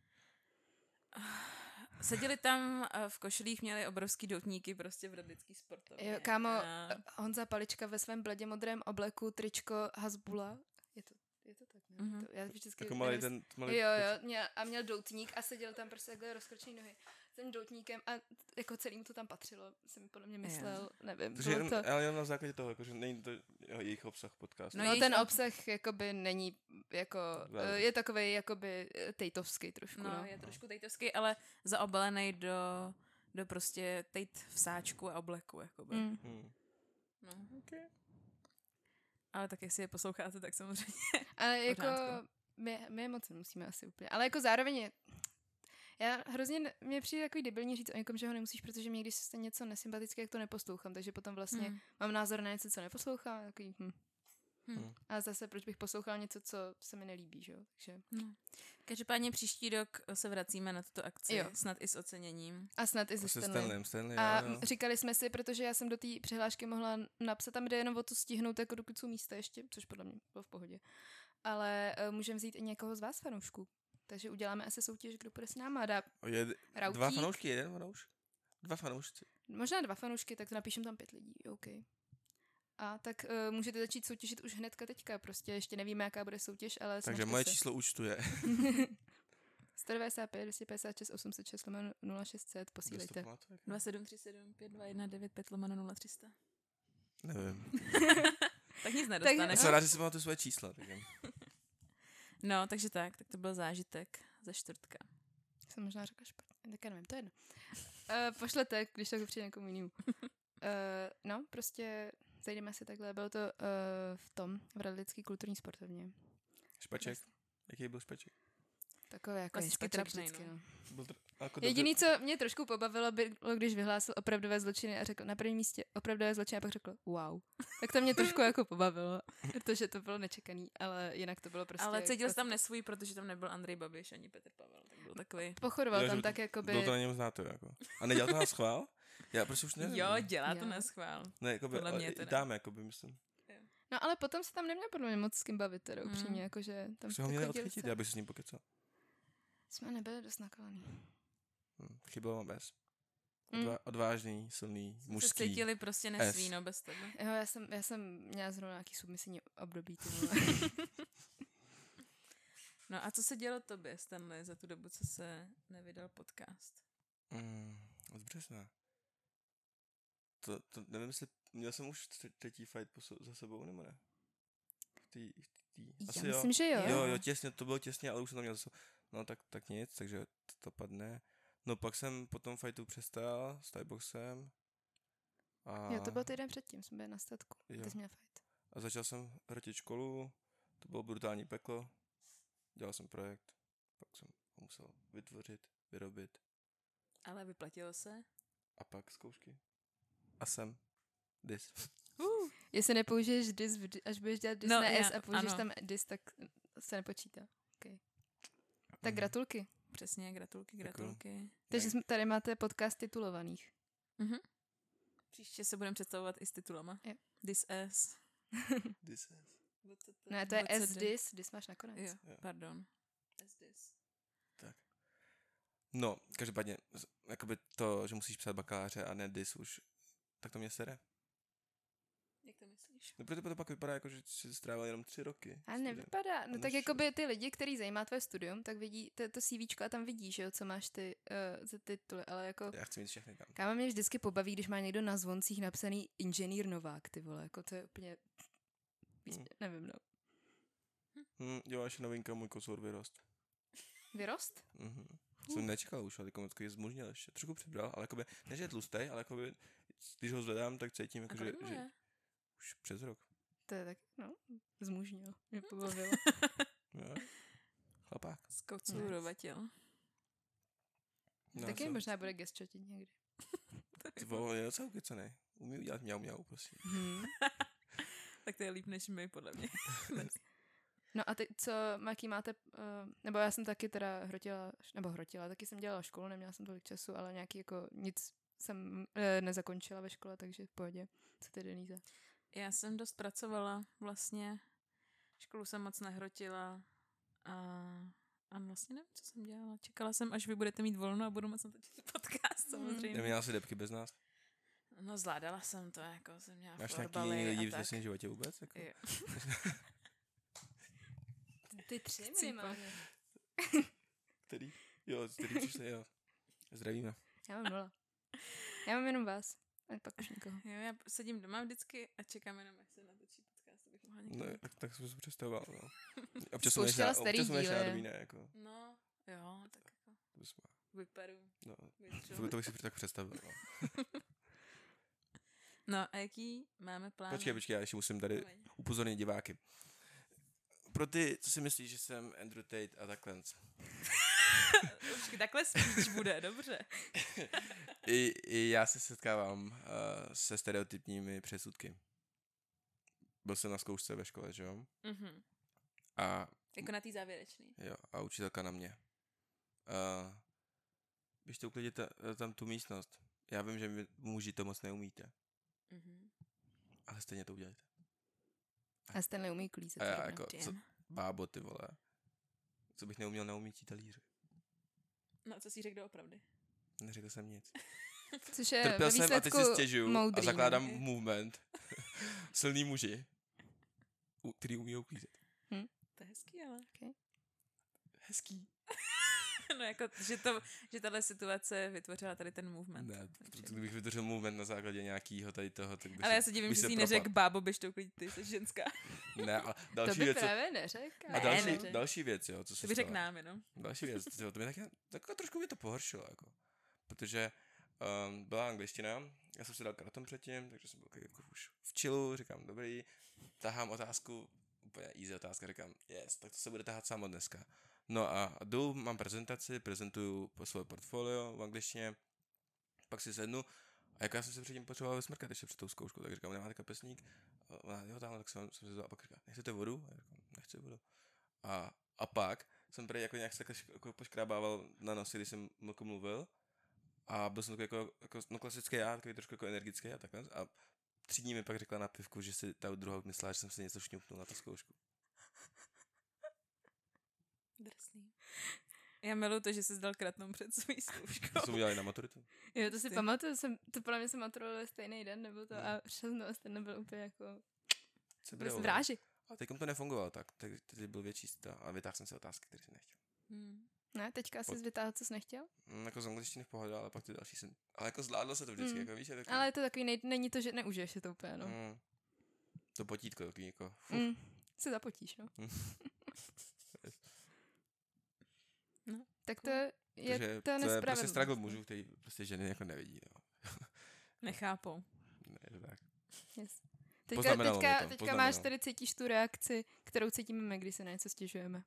[SPEAKER 2] Seděli tam eh, v košilích, měli obrovský doutníky prostě v radlický sportovně. Eh,
[SPEAKER 3] Jo, kámo,
[SPEAKER 2] A
[SPEAKER 3] Honza Palička ve svém bledě modrém obleku, tričko Hasbula. Je to, je to tak, ne?
[SPEAKER 2] Mhm.
[SPEAKER 3] To, já vždycky...
[SPEAKER 1] Jako malý ten,
[SPEAKER 3] nevím,
[SPEAKER 1] malý
[SPEAKER 3] Jo, jo, měl, a měl doutník a seděl tam prostě takhle rozkročený nohy s tím doutníkem a t- jako celým to tam patřilo, jsem podle mě myslel, nevím,
[SPEAKER 1] Takže
[SPEAKER 3] bylo
[SPEAKER 1] jenom, eh,
[SPEAKER 3] to...
[SPEAKER 1] ale jenom na základě toho, jakože není to jo, jejich obsah podcastu.
[SPEAKER 2] No,
[SPEAKER 3] No,
[SPEAKER 2] jejich
[SPEAKER 3] ten
[SPEAKER 2] ob-
[SPEAKER 3] obsah jakoby není jako,
[SPEAKER 1] Velmi.
[SPEAKER 3] eh, je takový jakoby eh, tejtovský trošku, no.
[SPEAKER 2] No, je trošku tejtovský, ale zaobalený do, do prostě tejt v sáčku a obleku, jakoby. Mm.
[SPEAKER 3] Mm.
[SPEAKER 1] Hmm.
[SPEAKER 2] No.
[SPEAKER 1] Okay.
[SPEAKER 2] Ale tak jestli je posloucháte, tak samozřejmě.
[SPEAKER 3] Ale jako,
[SPEAKER 2] pořádku.
[SPEAKER 3] my, my je moc nemusíme asi úplně, ale jako zároveň je, já hrozně, ne- mě přijde takový debilní říct o někom, že ho nemusíš, protože mě když se něco nesympatické, jak to neposlouchám, takže potom vlastně
[SPEAKER 2] Hmm.
[SPEAKER 3] mám názor na něco, co neposlouchám, takový, hm.
[SPEAKER 2] Hmm.
[SPEAKER 3] A zase, proč bych poslouchal něco, co se mi nelíbí, že jo? Takže...
[SPEAKER 2] Každopádně příští rok se vracíme na tuto akci,
[SPEAKER 3] Jo.
[SPEAKER 2] jo. snad i s oceněním.
[SPEAKER 3] A snad i ze
[SPEAKER 1] Jako Se
[SPEAKER 3] Stanley.
[SPEAKER 1] Stanleyem, Stanley,
[SPEAKER 3] A
[SPEAKER 1] jo, jo.
[SPEAKER 3] říkali jsme si, protože já jsem do té přihlášky mohla napsat, tam jde jenom o to stihnout, jako dokud jsou místa ještě, což podle mě bylo v pohodě. Ale uh, můžeme vzít i někoho z vás fanoušků. Takže uděláme asi soutěž, kdo bude s náma a dá
[SPEAKER 1] O, Je,
[SPEAKER 3] rautík.
[SPEAKER 1] dva fanoušky, jeden fanouš? Dva fanoušci.
[SPEAKER 3] Možná dva fanoušky, tak to napíšem tam pět lidí, OK. A tak uh, můžete začít soutěžit už hnedka teďka, prostě ještě nevíme, jaká bude soutěž, ale
[SPEAKER 1] Takže
[SPEAKER 3] snažte
[SPEAKER 1] moje
[SPEAKER 3] se.
[SPEAKER 1] číslo účtu je
[SPEAKER 3] 195, 256, 806, lomeno 0600,
[SPEAKER 1] Kdo si to
[SPEAKER 3] posílejte.
[SPEAKER 1] pamatuje?
[SPEAKER 2] 2737 52195 lomeno 0300.
[SPEAKER 1] Nevím.
[SPEAKER 2] Tak
[SPEAKER 1] Já
[SPEAKER 2] nic nedostaneš.
[SPEAKER 1] jsem rád, že si pamatuju svoje čísla. Takže.
[SPEAKER 2] No, takže tak, tak to byl zážitek ze čtvrtka.
[SPEAKER 3] Eh, Jsem možná řekla špatně, tak já nevím, to je jedno. Uh, pošlete, když tak přijde někomu jinému. Uh, eh, no, prostě sejdeme se takhle. Bylo to eh, v tom, v Radlický kulturní sportovně.
[SPEAKER 1] Špaček?
[SPEAKER 3] Vlastně.
[SPEAKER 1] Jaký byl špaček?
[SPEAKER 3] Takové jako
[SPEAKER 2] Klasicky
[SPEAKER 3] je špaček
[SPEAKER 2] trapnej,
[SPEAKER 3] vždycky,
[SPEAKER 2] no.
[SPEAKER 3] no.
[SPEAKER 1] Byl to, jako dobře-
[SPEAKER 3] Jediný, co mě trošku pobavilo, bylo, když vyhlásil opravdové zločiny a řekl na prvním místě opravdové zločiny a pak řekl wow. Tak to mě trošku jako pobavilo, protože to bylo nečekaný, ale jinak to bylo prostě...
[SPEAKER 2] Ale cítil jsi tam
[SPEAKER 3] klasika.
[SPEAKER 2] nesvůj, protože tam nebyl Andrej Babiš ani Petr Pavel. Tak byl takový.
[SPEAKER 3] Pochodoval
[SPEAKER 1] Jo, že
[SPEAKER 3] tam
[SPEAKER 1] by-
[SPEAKER 3] tak jakoby...
[SPEAKER 1] Bylo to na něm znát, jo, jako. A nedělal to na schvál? Já prostě už nevím.
[SPEAKER 2] Jo, dělá to
[SPEAKER 3] Jo.
[SPEAKER 2] na schvál.
[SPEAKER 1] ne, jakoby,
[SPEAKER 2] podle
[SPEAKER 1] ale
[SPEAKER 2] mě
[SPEAKER 1] i
[SPEAKER 2] teda.
[SPEAKER 1] dáme, jakoby, myslím.
[SPEAKER 3] No ale potom se tam neměl podle mě moc s kým bavit, teda
[SPEAKER 2] Mm.
[SPEAKER 3] upřímně, jakože tam
[SPEAKER 1] Jsme ho měli
[SPEAKER 3] tak chodil
[SPEAKER 1] odchytit,
[SPEAKER 3] jsem.
[SPEAKER 1] já bych se s ním pokecal.
[SPEAKER 3] Jsme nebyli dost nakalený.
[SPEAKER 1] Hm, chybělo vám bez.
[SPEAKER 3] Mm.
[SPEAKER 1] Odva- odvážný, silný,
[SPEAKER 2] Jsme Se
[SPEAKER 1] mužský.
[SPEAKER 2] cítili prostě nesví, no bez tebe.
[SPEAKER 3] Jo, já jsem, já jsem měla zrovna nějaký submisivní období. ty vole.
[SPEAKER 2] No a co se dělo tobě, Stanley, za tu dobu, co se nevydal podcast?
[SPEAKER 1] Mm, od března. To, to nevím, jestli, měl jsem už tře- třetí fight po so, za sebou, nebo ne? V tý, v tý,
[SPEAKER 3] já myslím, že jo.
[SPEAKER 1] Jo, jo, těsně, to bylo těsně, ale už jsem to měl zase. No tak, tak nic, takže to, to padne. No pak jsem po tom fightu přestal s Tyboxem. A,
[SPEAKER 3] jo, to byl týden předtím, jsme byli na statku.
[SPEAKER 1] Jo.
[SPEAKER 3] Jo. Ty jsi měla fight.
[SPEAKER 1] a začal jsem hrotit školu, to bylo brutální peklo. Dělal jsem projekt, pak jsem ho musel vytvořit, vyrobit
[SPEAKER 2] Ale vyplatilo se?
[SPEAKER 1] a pak zkoušky. A jsem. Dis.
[SPEAKER 2] Uh,
[SPEAKER 3] Jestli nepoužiješ dis, v di- až budeš dělat dis
[SPEAKER 2] No,
[SPEAKER 3] no, na
[SPEAKER 2] já-
[SPEAKER 3] S a použiješ
[SPEAKER 2] ano.
[SPEAKER 3] tam dis, tak se nepočítá. Okay. Tak
[SPEAKER 1] Mhm.
[SPEAKER 3] gratulky.
[SPEAKER 2] přesně, gratulky,
[SPEAKER 1] Děkuju.
[SPEAKER 2] gratulky.
[SPEAKER 3] Takže
[SPEAKER 1] Jak-
[SPEAKER 3] jsme, tady máte podcast titulovaných.
[SPEAKER 2] Příště se budeme představovat i s titulama.
[SPEAKER 3] Jo.
[SPEAKER 2] This S.
[SPEAKER 1] Dis. is-
[SPEAKER 3] Ne, to je
[SPEAKER 2] VCD. No,
[SPEAKER 3] S dis, dis máš nakonec.
[SPEAKER 2] Jo,
[SPEAKER 1] Jo.
[SPEAKER 2] pardon. S this.
[SPEAKER 1] No, každopádně, z- jakoby to, že musíš psát bakaláře a ne dis už, tak to mě sere.
[SPEAKER 2] Jak to myslíš?
[SPEAKER 1] No proto to pak vypadá jako, že jsi strávil jenom tři roky.
[SPEAKER 3] A
[SPEAKER 1] studiem.
[SPEAKER 3] nevypadá. No
[SPEAKER 1] Tam
[SPEAKER 3] tak
[SPEAKER 1] Prostě, máš-
[SPEAKER 3] jako by ty lidi, který zajímá tvé studium, tak vidí to, to CVčko a tam vidí, že jo, co máš ty, uh, ty tituly, ale jako...
[SPEAKER 1] Já chci mít všechny tam.
[SPEAKER 3] Kámo mě vždycky pobaví, když má někdo na zvoncích napsaný inženýr Novák, ty vole, jako to je úplně... Víc,
[SPEAKER 1] Hmm.
[SPEAKER 3] Nevím, no.
[SPEAKER 1] Hm, jo, až novinka, můj kocour vyrost.
[SPEAKER 3] Vyrost?
[SPEAKER 1] Mhm. Jsem nečekal už, ale jako je zmužnil ještě. Trošku přibral, ale jakoby, ne, že je tlustej, ale jakoby, když ho zvedám, tak cítím,
[SPEAKER 2] A
[SPEAKER 1] jako, že,
[SPEAKER 2] kolik mu
[SPEAKER 1] že,
[SPEAKER 2] je?
[SPEAKER 1] už přes rok.
[SPEAKER 3] To je tak, no, zmužnil. Mě
[SPEAKER 1] No.
[SPEAKER 3] pobavilo.
[SPEAKER 1] Jo. Chlapák.
[SPEAKER 2] Skoců rovatil.
[SPEAKER 1] No,
[SPEAKER 3] Taky
[SPEAKER 1] jsem-
[SPEAKER 3] možná bude gestčotit někdy.
[SPEAKER 1] Ty vole, je docela ukecený. Umí udělat mňau mňau, prostě.
[SPEAKER 3] Hmm.
[SPEAKER 2] Tak to je líp než my, podle mě.
[SPEAKER 3] No a teď co, jaký máte, uh, nebo já jsem taky teda hrotila, nebo hrotila, taky jsem dělala školu, neměla jsem tolik času, ale nějaký jako nic jsem uh, nezakončila ve škole, takže v pohodě. Co ty, Denise?
[SPEAKER 2] Já jsem dost pracovala vlastně. Školu jsem moc nehrotila. A, a vlastně nevím, co jsem dělala. Čekala jsem, až vy budete mít volno a budu moc natočit podcast, samozřejmě.
[SPEAKER 1] Neměla si depky bez nás? No,
[SPEAKER 2] No zvládala jsem to, jako jsem měla
[SPEAKER 1] Máš nějaký
[SPEAKER 2] florbaly
[SPEAKER 1] jiný lidi
[SPEAKER 2] a
[SPEAKER 1] v
[SPEAKER 2] tak.
[SPEAKER 1] svém životě vůbec? Jako?
[SPEAKER 2] Jo.
[SPEAKER 3] Ty tři
[SPEAKER 2] minimálně.
[SPEAKER 1] Který? Jo, který přišli, jo. Zdravíme.
[SPEAKER 3] Já mám nula. Já mám jenom vás. A pak už nikoho.
[SPEAKER 2] Jo, já sedím doma vždycky a čekám jenom, až se natočí podcast, abych mohla někam.
[SPEAKER 1] Ne,
[SPEAKER 2] jít.
[SPEAKER 1] tak, tak jsem se představoval, no. Občas jsme
[SPEAKER 3] Spouštěla
[SPEAKER 1] ještě
[SPEAKER 3] starý
[SPEAKER 1] občas jsme ještě
[SPEAKER 3] díly.
[SPEAKER 1] nádobí, ne, jako.
[SPEAKER 2] No, jo, tak jako
[SPEAKER 1] To, jsme,
[SPEAKER 2] vyperu,
[SPEAKER 1] no, to, by-
[SPEAKER 2] vytřu.
[SPEAKER 1] to bych si tak představil, no.
[SPEAKER 2] No a jaký máme plán?
[SPEAKER 1] Počkej, počkej, já ještě musím tady upozornit diváky. Pro ty, co si myslíš, že jsem Andrew Tate a takhle.
[SPEAKER 2] Počkej, takhle spíš bude, dobře.
[SPEAKER 1] I, I já se setkávám uh, se stereotypními předsudky. Byl jsem na zkoušce ve škole, že jo?
[SPEAKER 2] Mhm.
[SPEAKER 1] A
[SPEAKER 2] Jako na té závěrečný.
[SPEAKER 1] Jo, a učitelka na mě. Uh, běžte uklidit ta, tam tu místnost. Já vím, že vy muži to moc neumíte,
[SPEAKER 2] Mhm.
[SPEAKER 1] ale stejně to udělejte.
[SPEAKER 3] A Stanley umí klízet. no.
[SPEAKER 1] A já
[SPEAKER 3] zrovna.
[SPEAKER 1] jako, co,
[SPEAKER 2] Damn.
[SPEAKER 1] bábo, ty vole. Co bych neuměl na umítí talíře.
[SPEAKER 2] No, co jsi řekl doopravdy?
[SPEAKER 1] Neřekl jsem nic.
[SPEAKER 3] Což
[SPEAKER 2] Eh,
[SPEAKER 3] je
[SPEAKER 1] Trpěl
[SPEAKER 3] ve
[SPEAKER 1] jsem a teď
[SPEAKER 3] výsledku
[SPEAKER 1] si stěžuju
[SPEAKER 3] moudrý,
[SPEAKER 1] a
[SPEAKER 3] no.
[SPEAKER 1] zakládám movement. Silný muži, u, který umí uklízet.
[SPEAKER 2] To je hezký, ale.
[SPEAKER 1] Hezký.
[SPEAKER 2] No, jako, že, to, že tahle situace vytvořila tady ten movement.
[SPEAKER 1] Ne,
[SPEAKER 2] Takže-
[SPEAKER 1] protože kdybych vytvořil movement na základě nějakýho tady toho, tak bych
[SPEAKER 2] Ale
[SPEAKER 1] se-
[SPEAKER 2] já se divím,
[SPEAKER 1] bych
[SPEAKER 2] že
[SPEAKER 1] se
[SPEAKER 2] jsi
[SPEAKER 1] propadl.
[SPEAKER 2] neřekl, bábo, běž to uklidit, ty jsi ženská.
[SPEAKER 1] Ne, a
[SPEAKER 3] To
[SPEAKER 1] další
[SPEAKER 3] by
[SPEAKER 1] věc, co-
[SPEAKER 3] právě neřekl.
[SPEAKER 1] a
[SPEAKER 2] Ne,
[SPEAKER 1] další,
[SPEAKER 2] neřekl.
[SPEAKER 1] další věc, jo, co se
[SPEAKER 2] To by
[SPEAKER 1] stala.
[SPEAKER 2] řekl nám jenom.
[SPEAKER 1] Další věc, tyjo, to mi taky, tak trošku mě to pohoršilo, jako. Protože Um, byla angličtina, já jsem se dal na tom předtím, takže jsem byl takový jako už v chillu, říkám dobrý, tahám otázku, úplně easy otázka, říkám yes, tak to se bude tahat samo dneska. No a jdu, mám prezentaci, prezentuju po svoje portfolio v angličtině, pak si sednu a jak já jsem se předtím potřeboval vysmrkat ještě před tou zkouškou, tak říkám, nemáte kapesník? A Ona, jo, tam, tak jsem, jsem si vzal a pak říká, nechcete vodu? A já říkám, nechci vodu. A, a pak jsem prý jako nějak se takhle šk- jako poškrábával na nosi, když jsem jako mluvil a byl jsem takový jako, jako no klasický já, takový trošku jako energický a takhle a tři dní mi pak řekla na pivku, že si ta druhá myslela, že jsem si něco šňupnul na tu zkoušku.
[SPEAKER 2] Drsný. Já miluju to, že se zdal kratnou před svou
[SPEAKER 1] To jsme
[SPEAKER 2] zkouškou.
[SPEAKER 1] udělali na maturitu.
[SPEAKER 3] Jo, to si
[SPEAKER 2] Ty.
[SPEAKER 3] pamatuju, jsem, to podle mě jsem maturovala stejný den, nebo to,
[SPEAKER 1] No.
[SPEAKER 3] a šel jsem a ten byl úplně jako
[SPEAKER 1] Co
[SPEAKER 3] byl
[SPEAKER 1] bylo?
[SPEAKER 3] jsem v ráži.
[SPEAKER 1] A teď to nefungovalo tak, tak teď byl větší ta, a vytáhl jsem si otázky, které jsem nechtěl.
[SPEAKER 2] Hmm.
[SPEAKER 3] Ne, teďka jsi
[SPEAKER 1] Pod-
[SPEAKER 3] vytáhl, co jsi nechtěl?
[SPEAKER 1] Mm, jako z angličtiny v pohodě, ale pak ty další jsem... Ale jako zvládlo se to vždycky,
[SPEAKER 3] Mm.
[SPEAKER 1] mm. jako víš, je takový,
[SPEAKER 3] Ale je to takový, nej, není to, že neužiješ si to úplně, no.
[SPEAKER 1] mm, to potítko takový jako... Fuh,
[SPEAKER 3] Mm. Se zapotíš, no.
[SPEAKER 1] Mm.
[SPEAKER 2] No,
[SPEAKER 3] tak to
[SPEAKER 2] cool.
[SPEAKER 3] je
[SPEAKER 1] protože
[SPEAKER 3] to
[SPEAKER 1] to je prostě
[SPEAKER 3] nespravedlnost,
[SPEAKER 1] struggle
[SPEAKER 3] no.
[SPEAKER 1] mužů, který prostě ženy jako nevidí, no.
[SPEAKER 2] Nechápou.
[SPEAKER 1] Ne, je to tak.
[SPEAKER 3] Yes. Teďka,
[SPEAKER 1] Poznamenalo mě
[SPEAKER 3] teďka,
[SPEAKER 1] to,
[SPEAKER 3] teďka máš
[SPEAKER 1] poznamenalo.
[SPEAKER 3] tady, cítíš tu reakci, kterou cítíme my, když se na něco stěžujeme.